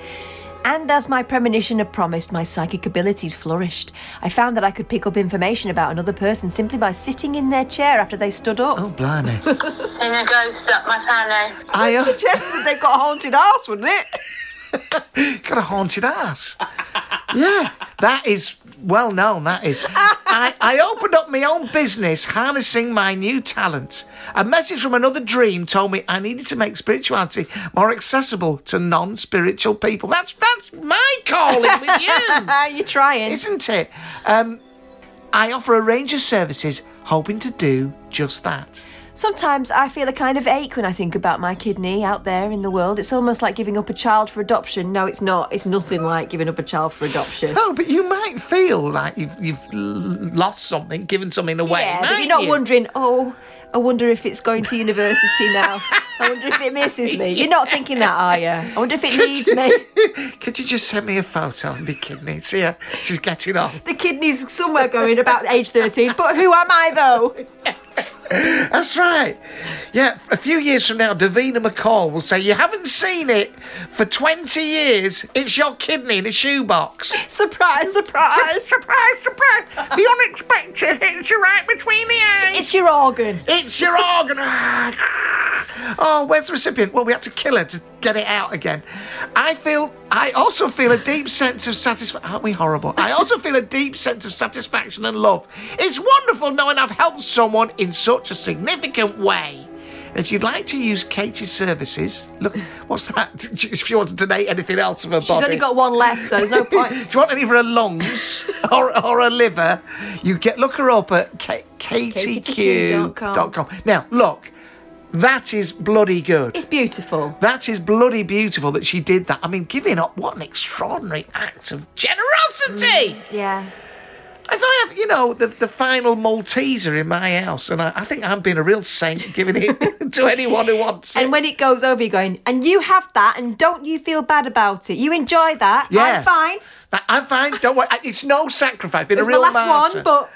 Speaker 2: And as my premonition had promised, my psychic abilities flourished. I found that I could pick up information about another person simply by sitting in their chair after they stood up.
Speaker 1: Oh, blimey.
Speaker 4: In a ghost up my fanny.
Speaker 1: I uh,
Speaker 9: suggested they've got a haunted house, wouldn't it?
Speaker 1: got a haunted ass. Yeah, that is well known. That is. I, I opened up my own business, harnessing my new talent. A message from another dream told me I needed to make spirituality more accessible to non-spiritual people. That's that's my calling with you,
Speaker 9: You're trying.
Speaker 1: isn't it? Um, I offer a range of services, hoping to do just that.
Speaker 2: Sometimes I feel a kind of ache when I think about my kidney out there in the world. It's almost like giving up a child for adoption. No, it's not. It's nothing like giving up a child for adoption.
Speaker 1: Oh, but you might feel like you've, you've l- lost something, given something away.
Speaker 2: yeah, but
Speaker 1: mightn't
Speaker 2: you're not
Speaker 1: you?
Speaker 2: wondering, oh, I wonder if it's going to university now. I wonder if it misses me. You're not thinking that, are you? I wonder if it needs me.
Speaker 1: Could you just send me a photo of my kidney? See her? She's getting on.
Speaker 9: The kidney's somewhere going about age 13, but who am I though?
Speaker 1: That's right. Yeah, a few years from now, Davina McCall will say, You haven't seen it for 20 years. It's your kidney in a shoebox.
Speaker 9: Surprise, surprise.
Speaker 1: surprise, surprise. the unexpected hits you right between the eyes.
Speaker 9: It's your organ.
Speaker 1: It's your organ. Ah, Oh, where's the recipient? Well, we had to kill her to get it out again. I feel. I also feel a deep sense of satisfaction. Aren't we horrible? I also feel a deep sense of satisfaction and love. It's wonderful knowing I've helped someone in such a significant way. If you'd like to use Katie's services, look, what's that? If you want to donate anything else of her body,
Speaker 9: She's only got one left, so there's no point.
Speaker 1: if you want any of her lungs or, or a liver, you get look her up at k- ktq.com. Now, look, that is bloody good.
Speaker 9: It's beautiful.
Speaker 1: That is bloody beautiful that she did that. I mean, giving up, what an extraordinary act of generosity!
Speaker 9: Mm, Yeah.
Speaker 1: If I have, you know, the, the final Malteser in my house, and I, I think I'm being a real saint giving it to anyone who wants it.
Speaker 9: And when it goes over, you're going, and you have that, and don't you feel bad about it? You enjoy that.
Speaker 1: Yeah.
Speaker 9: I'm fine.
Speaker 1: I- I'm fine, don't worry. It's no sacrifice, been
Speaker 9: It was
Speaker 1: a real
Speaker 9: my last
Speaker 1: martyr.
Speaker 9: one, but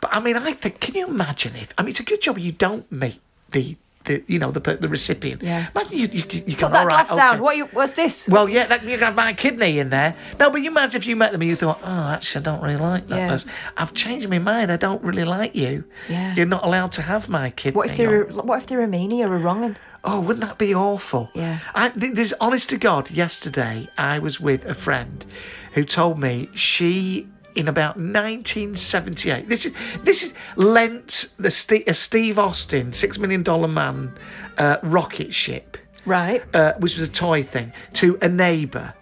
Speaker 1: But I mean, I think. Can you imagine if? I mean, it's a good job you don't meet the, the you know, the per- the recipient.
Speaker 9: Yeah.
Speaker 1: Imagine you you you you
Speaker 9: put
Speaker 1: can
Speaker 9: that
Speaker 1: all right,
Speaker 9: glass down.
Speaker 1: okay.
Speaker 9: What? You, what's this?
Speaker 1: Well, yeah, that, you can have my kidney in there. No, but you imagine if you met them and you thought, oh, actually, I don't really like that
Speaker 9: Yeah.
Speaker 1: person. I've changed my mind. I don't really like you.
Speaker 9: Yeah.
Speaker 1: You're not allowed to have my kidney.
Speaker 9: What if
Speaker 1: or-
Speaker 9: they're what if they're a meanie or a wrong'un?
Speaker 1: Oh, wouldn't that be awful?
Speaker 9: Yeah.
Speaker 1: I, th- this, honest to God, yesterday I was with a friend who told me she, in about 1978, this is this is lent the Ste a Steve Austin Six Million Dollar Man uh, rocket ship,
Speaker 9: Right.
Speaker 1: uh, which was a toy thing, to a neighbour.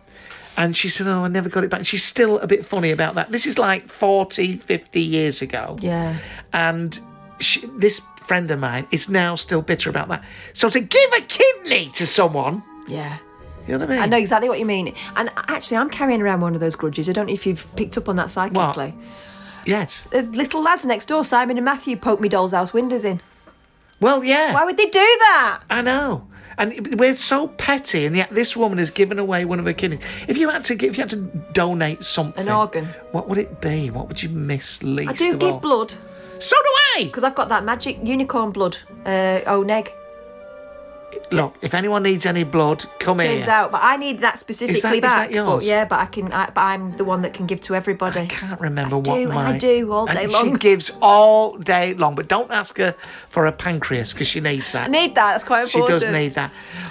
Speaker 1: And she said, Oh, I never got it back. She's still a bit funny about that. This is like 40, 50 years ago
Speaker 9: Yeah.
Speaker 1: and she, this friend of mine is now still bitter about that. So to give a kidney to someone,
Speaker 9: Yeah.
Speaker 1: you know what I mean?
Speaker 9: I know exactly what you mean. And actually, I'm carrying around one of those grudges. I don't know if you've picked up on that psychically.
Speaker 1: Yes.
Speaker 9: The little lads next door, Simon and Matthew, poked me doll's house windows in.
Speaker 1: Well, yeah.
Speaker 9: Why would they do that?
Speaker 1: I know. And we're so petty, and yet this woman has given away one of her kidneys. If you had to, give, if you had to donate something,
Speaker 2: An organ.
Speaker 1: what would it be? What would you miss least?
Speaker 2: I do
Speaker 1: of
Speaker 2: give
Speaker 1: all?
Speaker 2: blood.
Speaker 1: So do I! Because
Speaker 2: I've got that magic unicorn blood. Uh, oh, neg.
Speaker 1: Look, if anyone needs any blood, come here.
Speaker 2: Turns out, but I need that specifically
Speaker 1: Is that- is
Speaker 2: back.
Speaker 1: that yours?
Speaker 2: But yeah, but I can. I, but I'm the one that can give to everybody. I
Speaker 1: can't remember
Speaker 2: do,
Speaker 1: what
Speaker 2: and
Speaker 1: my-
Speaker 2: I do all
Speaker 1: And
Speaker 2: day long.
Speaker 1: She gives all day long, but don't ask her for a pancreas because she needs that.
Speaker 2: I need that. That's quite
Speaker 1: she
Speaker 2: important.
Speaker 1: does need that.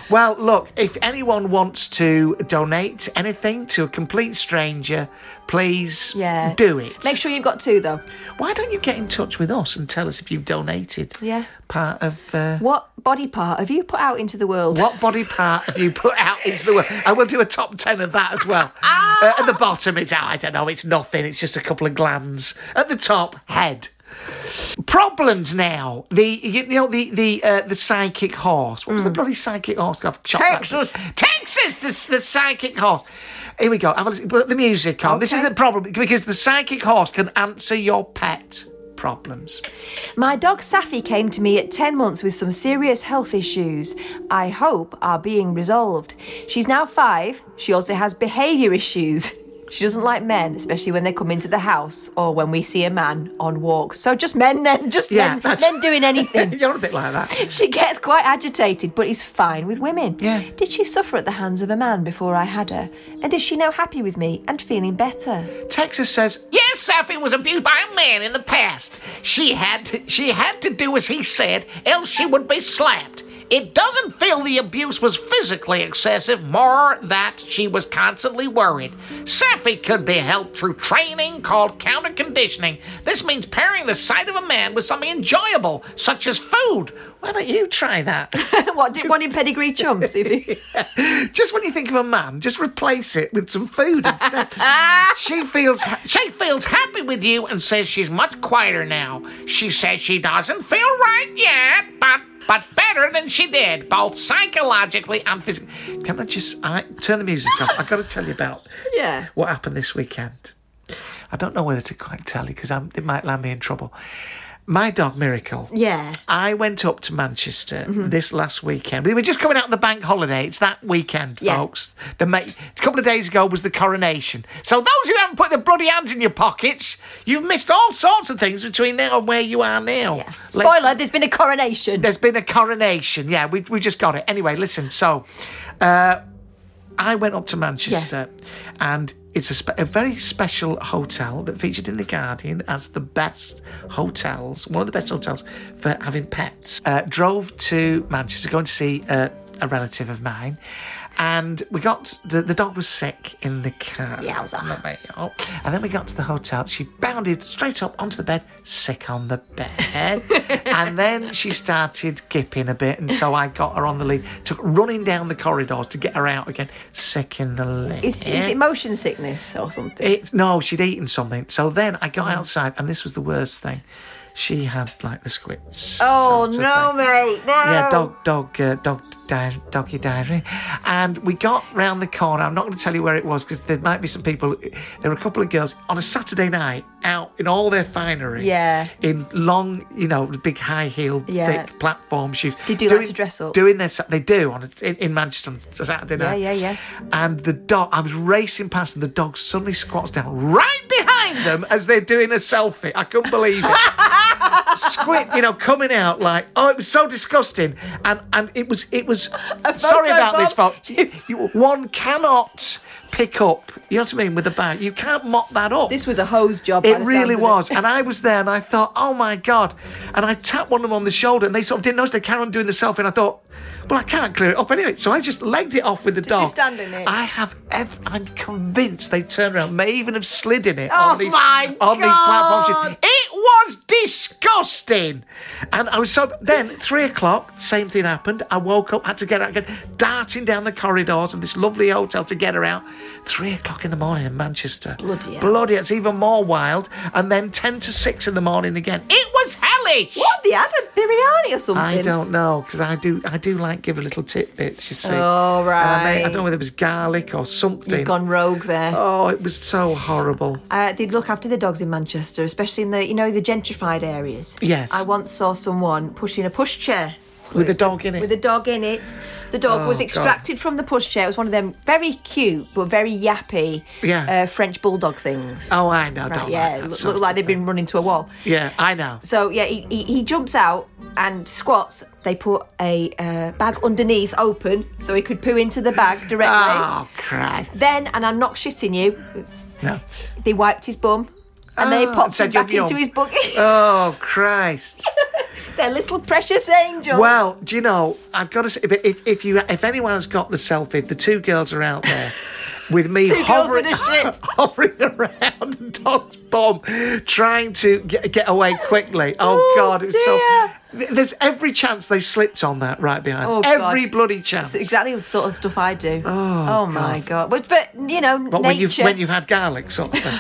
Speaker 1: Well, look, if anyone wants to donate anything to a complete stranger, please
Speaker 2: Yeah.
Speaker 1: do it.
Speaker 2: Make sure you've got two though.
Speaker 1: Why don't you get in touch with us and tell us if you've donated
Speaker 2: Yeah.
Speaker 1: part of. Uh,
Speaker 2: What body part have you put out into the world?
Speaker 1: What body part have you put out into the world? And we'll do a top 10 of that as well. Uh, at the bottom, it's, I don't know, it's nothing. It's just a couple of glands. At the top, head. Problems now. The you know the the uh, the psychic horse. What was the
Speaker 2: Hmm.
Speaker 1: bloody psychic horse? I've chopped that
Speaker 2: Texas.
Speaker 1: Texas. The, the psychic horse. Here we go. Oh, Have a listen. Put the music on. This is the problem because the psychic horse can answer your pet problems.
Speaker 2: My dog Safi came to me at 10 months with some serious health issues I hope are being resolved. She's now five. She also has behaviour issues. She doesn't like men, especially when they come into the house or when we see a man on walks. So just men then, just
Speaker 1: Yeah,
Speaker 2: men,
Speaker 1: that's-
Speaker 2: men doing anything.
Speaker 1: You're a bit like that.
Speaker 2: She gets quite agitated, but is fine with women.
Speaker 1: Yeah.
Speaker 2: Did she suffer at the hands of a man before I had her? And is she now happy with me and feeling better?
Speaker 1: Texas says, Yes, Safi was abused by a man in the past. She had to, she had to do as he said, else she would be slapped. It doesn't feel the abuse was physically excessive, more that she was constantly worried. Safi could be helped through training called counter conditioning. This means pairing the sight of a man with something enjoyable, such as food. Why don't you try that?
Speaker 2: what did one in pedigree chumps?
Speaker 1: just when you think of a man, just replace it with some food instead. she feels she feels happy with you and says she's much quieter now. She says she doesn't feel right yet, but but better than she did, both psychologically and physically. Can I just I, turn the music off? I've got to tell you about
Speaker 2: Yeah.
Speaker 1: what happened this weekend. I don't know whether to quite tell you because it might land me in trouble. My dog Miracle.
Speaker 2: Yeah.
Speaker 1: I went up to Manchester this last weekend. We were just coming out on the bank holiday. It's that weekend,
Speaker 2: Yeah.
Speaker 1: folks. The ma- a couple of days ago was the coronation. So those who haven't put their bloody hands in your pockets, you've missed all sorts of things between now and where you are now. Let's-
Speaker 2: Spoiler, there's been a coronation.
Speaker 1: there's been a coronation. Yeah, we've, we just got it. Anyway, listen, so uh, I went up to Manchester and it's a, spe- a very special hotel that featured in The Guardian as the best hotels, one of the best hotels for having pets. Uh, drove to Manchester, going to see uh, a relative of mine. And we got the, the dog was sick in the car. Yeah, I was And then we got to the hotel. She bounded straight up onto the bed, sick on the bed. and then she started gipping a bit, and so I got her on the lead, took running down the corridors to get her out again, sick in the leg.
Speaker 2: Is, is it motion sickness or something?
Speaker 1: It, no, she'd eaten something. So then I got outside, and this was the worst thing. She had like the squirts.
Speaker 2: oh
Speaker 1: sort of
Speaker 2: no,
Speaker 1: thing.
Speaker 2: mate, no.
Speaker 1: Yeah, dog, dog, uh, dog, di- doggy diary. And we got round the corner. I'm not going to tell you where it was because there might be some people. There were a couple of girls on a Saturday night out in all their finery.
Speaker 2: Yeah.
Speaker 1: In long, you know, big high heel,
Speaker 2: Yeah.
Speaker 1: thick platform shoes.
Speaker 2: They do like to dress up.
Speaker 1: Doing their, they do on a, in, in Manchester on a Saturday
Speaker 2: Yeah,
Speaker 1: night.
Speaker 2: yeah, yeah.
Speaker 1: And the dog, I was racing past, and the dog suddenly squats down right behind them as they're doing a selfie. I couldn't believe it. Squid, you know, coming out like, oh, it was so disgusting, and and it was it was. Sorry about this, folks. You, you- one cannot pick up. You know what I mean with a bag. You can't mop that up.
Speaker 2: This was a hose job. by
Speaker 1: It
Speaker 2: the
Speaker 1: really
Speaker 2: sounds of
Speaker 1: was. And I was there and I thought, oh my God. And I tapped one of them on the shoulder and they sort of didn't notice they carried on doing the selfie. And I thought, well, I can't clear it up anyway. So I just legged it off with the
Speaker 2: Did you
Speaker 1: dog.
Speaker 2: stand in it?
Speaker 1: I have, ev- I'm convinced they turned around, may even have slid in it
Speaker 2: Oh
Speaker 1: on, these,
Speaker 2: my
Speaker 1: on these platforms.
Speaker 2: God.
Speaker 1: It was disgusting. And I was so, then three o'clock, same thing happened. I woke up, had to get out again, darting down the corridors of this lovely hotel to get her out. Three o'clock in the morning in Manchester. Bloody Bloody, it's even more wild. And then 10 to 6 in the morning again. It was hellish.
Speaker 2: What? They had a biryani or something.
Speaker 1: I don't know because I do. I do like give a little tidbits. You see.
Speaker 2: Oh,
Speaker 1: And I, made- I don't
Speaker 2: right.
Speaker 1: know whether it was garlic or something.
Speaker 2: You've gone rogue there.
Speaker 1: Oh, it was so horrible.
Speaker 2: Uh, they look after the dogs in Manchester, especially in the you know the gentrified areas.
Speaker 1: Yes.
Speaker 2: I once saw someone pushing a pushchair
Speaker 1: With a dog in it.
Speaker 2: With a dog in it. The dog
Speaker 1: Oh,
Speaker 2: was
Speaker 1: God.
Speaker 2: extracted from the pushchair. It was one of them very cute but very yappy
Speaker 1: Yeah.
Speaker 2: uh, French bulldog things.
Speaker 1: Oh, I know. don't like
Speaker 2: yeah,
Speaker 1: that
Speaker 2: look-
Speaker 1: sort
Speaker 2: looked
Speaker 1: of
Speaker 2: like they'd been run into a wall.
Speaker 1: Yeah, I know.
Speaker 2: So yeah, he, he, he jumps out and squats. They put a uh, bag underneath open so he could poo into the bag directly.
Speaker 1: Oh, Christ.
Speaker 2: Then, and I'm not shitting you,
Speaker 1: No.
Speaker 2: they wiped his bum and they
Speaker 1: Ah,
Speaker 2: popped him
Speaker 1: said yum
Speaker 2: back
Speaker 1: yum.
Speaker 2: into his buggy.
Speaker 1: Oh, Christ.
Speaker 2: They're little precious angels.
Speaker 1: Well, do you know? I've got to say, but if if you if anyone has got the selfie, if the two girls are out there with me
Speaker 2: Two girls
Speaker 1: hovering,
Speaker 2: in a shit.
Speaker 1: hovering around the dog's bomb, trying to get, get away quickly. Oh, God, it was so. th- There's every chance they slipped on that right behind.
Speaker 2: Oh, God.
Speaker 1: every bloody chance.
Speaker 2: It's exactly the sort of stuff I do. Oh, my god! But, but you know,
Speaker 1: But when you've
Speaker 2: nature.
Speaker 1: when you've had garlic sort of thing.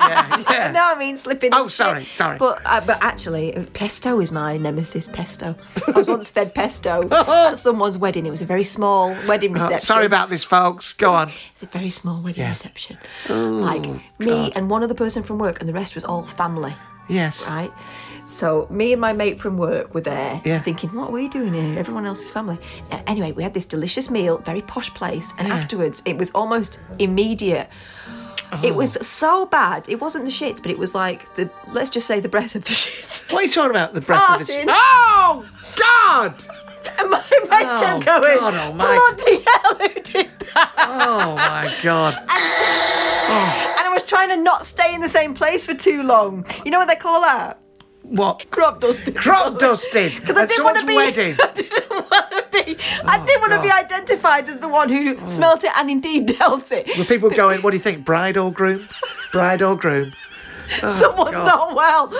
Speaker 2: no, I mean slipping.
Speaker 1: Oh, sorry, sorry.
Speaker 2: But uh, but actually, uh, pesto is my nemesis. Pesto. I was once fed pesto at someone's wedding. It was a very small wedding
Speaker 1: Oh,
Speaker 2: reception.
Speaker 1: sorry about this, folks. Go on.
Speaker 2: It's a very small wedding
Speaker 1: Yeah. Oh,
Speaker 2: reception. like me and one other person from work, and the rest was all family.
Speaker 1: Yes.
Speaker 2: Right. So me and my mate from work were there,
Speaker 1: Yeah.
Speaker 2: thinking, "What are we doing here? Everyone else is family." A- Anyway, we had this delicious meal, very posh place, and afterwards it was almost immediate.
Speaker 1: Oh.
Speaker 2: It was so bad. It wasn't the shits, but it was like the let's just say the breath of the shits.
Speaker 1: What are you talking about? The breath of the.
Speaker 2: Martin.
Speaker 1: Oh God!
Speaker 2: And my mate
Speaker 1: Oh,
Speaker 2: kept going.
Speaker 1: God almighty.
Speaker 2: Bloody hell, who did that?
Speaker 1: Oh my God!
Speaker 2: And I was trying to not stay in the same place for too long. You know what they call that?
Speaker 1: What?
Speaker 2: Crop dusting.
Speaker 1: Crop dusting
Speaker 2: Because I
Speaker 1: at
Speaker 2: didn't want to
Speaker 1: someone's wedding.
Speaker 2: be. I didn't want to be. I didn't want to be
Speaker 1: Oh, God. Oh.
Speaker 2: identified as the one who smelt it and indeed dealt it.
Speaker 1: Were people going, what do you think, bride or groom? Bride or groom? Oh,
Speaker 2: Someone's
Speaker 1: God.
Speaker 2: not well.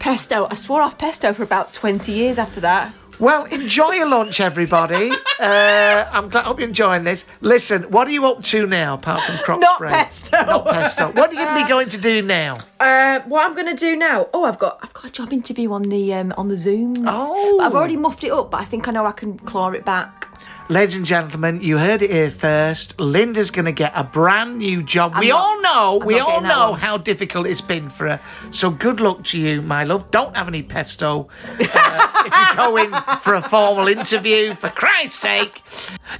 Speaker 2: Pesto. I swore off pesto for about twenty years after that.
Speaker 1: Well, enjoy your lunch, everybody. Uh, I'm glad hope you're enjoying this. Listen, what are you up to now, apart from crop
Speaker 2: Not
Speaker 1: spray?
Speaker 2: pesto.
Speaker 1: Not pesto. What are you going to be going to do now?
Speaker 2: Uh, what I'm going to do now? Oh, I've got I've got a job interview on the um, on the Zooms.
Speaker 1: Oh.
Speaker 2: But I've already muffed it up, but I think I know I can claw it back.
Speaker 1: Ladies and gentlemen, you heard it here first. Linda's going to get a brand new job.
Speaker 2: I'm
Speaker 1: we
Speaker 2: not-
Speaker 1: all know,
Speaker 2: I'm
Speaker 1: we
Speaker 2: not
Speaker 1: all
Speaker 2: getting that
Speaker 1: know
Speaker 2: one.
Speaker 1: how difficult it's been for her. So good luck to you, my love. Don't have any pesto uh, if you go in for a formal interview, for Christ's sake.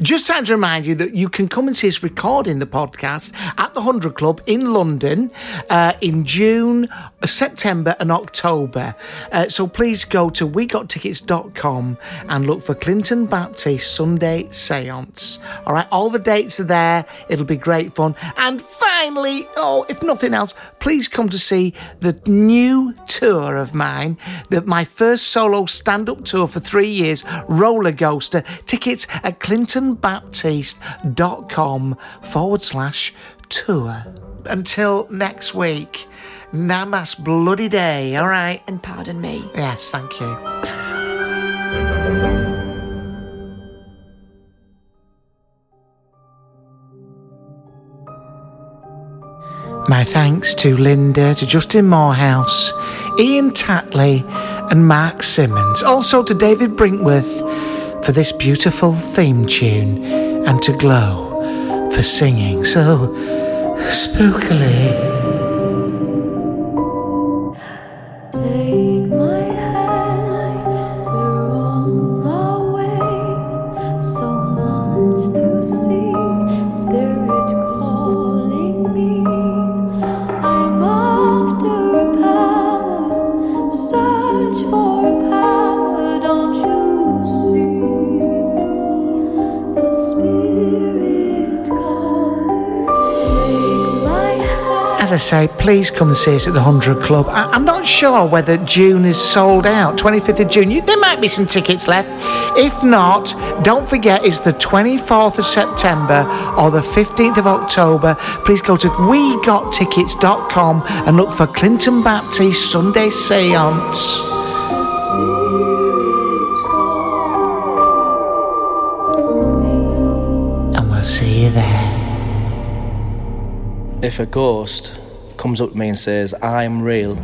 Speaker 1: Just time to remind you that you can come and see us recording the podcast at the 100 Club in London uh, in June, uh, September, and October. Uh, so please go to wegottickets.com and look for Clinton Baptist Sunday Seance. All right, all the dates are there. It'll be great fun. And finally, oh, if nothing else, please come to see the new tour of mine, that my first solo stand up tour for three years, Roller Ghoster. Tickets at clintonbaptiste.com forward slash tour. Until next week, Namas bloody day, all right?
Speaker 2: And pardon me.
Speaker 1: Yes, thank you. My thanks to Linda, to Justin Morehouse, Ian Tatley, and Mark Simmons. Also to David Brinkworth for this beautiful theme tune, and to Glow for singing so spookily.
Speaker 5: Take my hand, we're on our way. So much to see, spirit calling me. I'm after a power, search for a power, don't you see? The spirit calling. Take my hand.
Speaker 1: As I say, please come and see us at the 100 Club. I- I'm not sure whether June is sold out, 25th of June. You- There might be some tickets left. If not, don't forget it's the 24th of September or the 15th of October. Please go to wegottickets.com and look for Clinton Baptist Sunday Seance. And we'll see you there.
Speaker 15: If a ghost comes up to me and says, I'm real,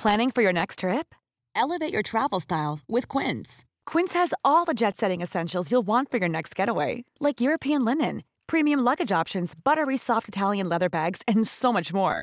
Speaker 16: Planning for your next trip?
Speaker 17: Elevate your travel style with Quince. Quince has all the jet setting essentials you'll want for your next getaway, like European linen, premium luggage options, buttery soft Italian leather bags, and so much more.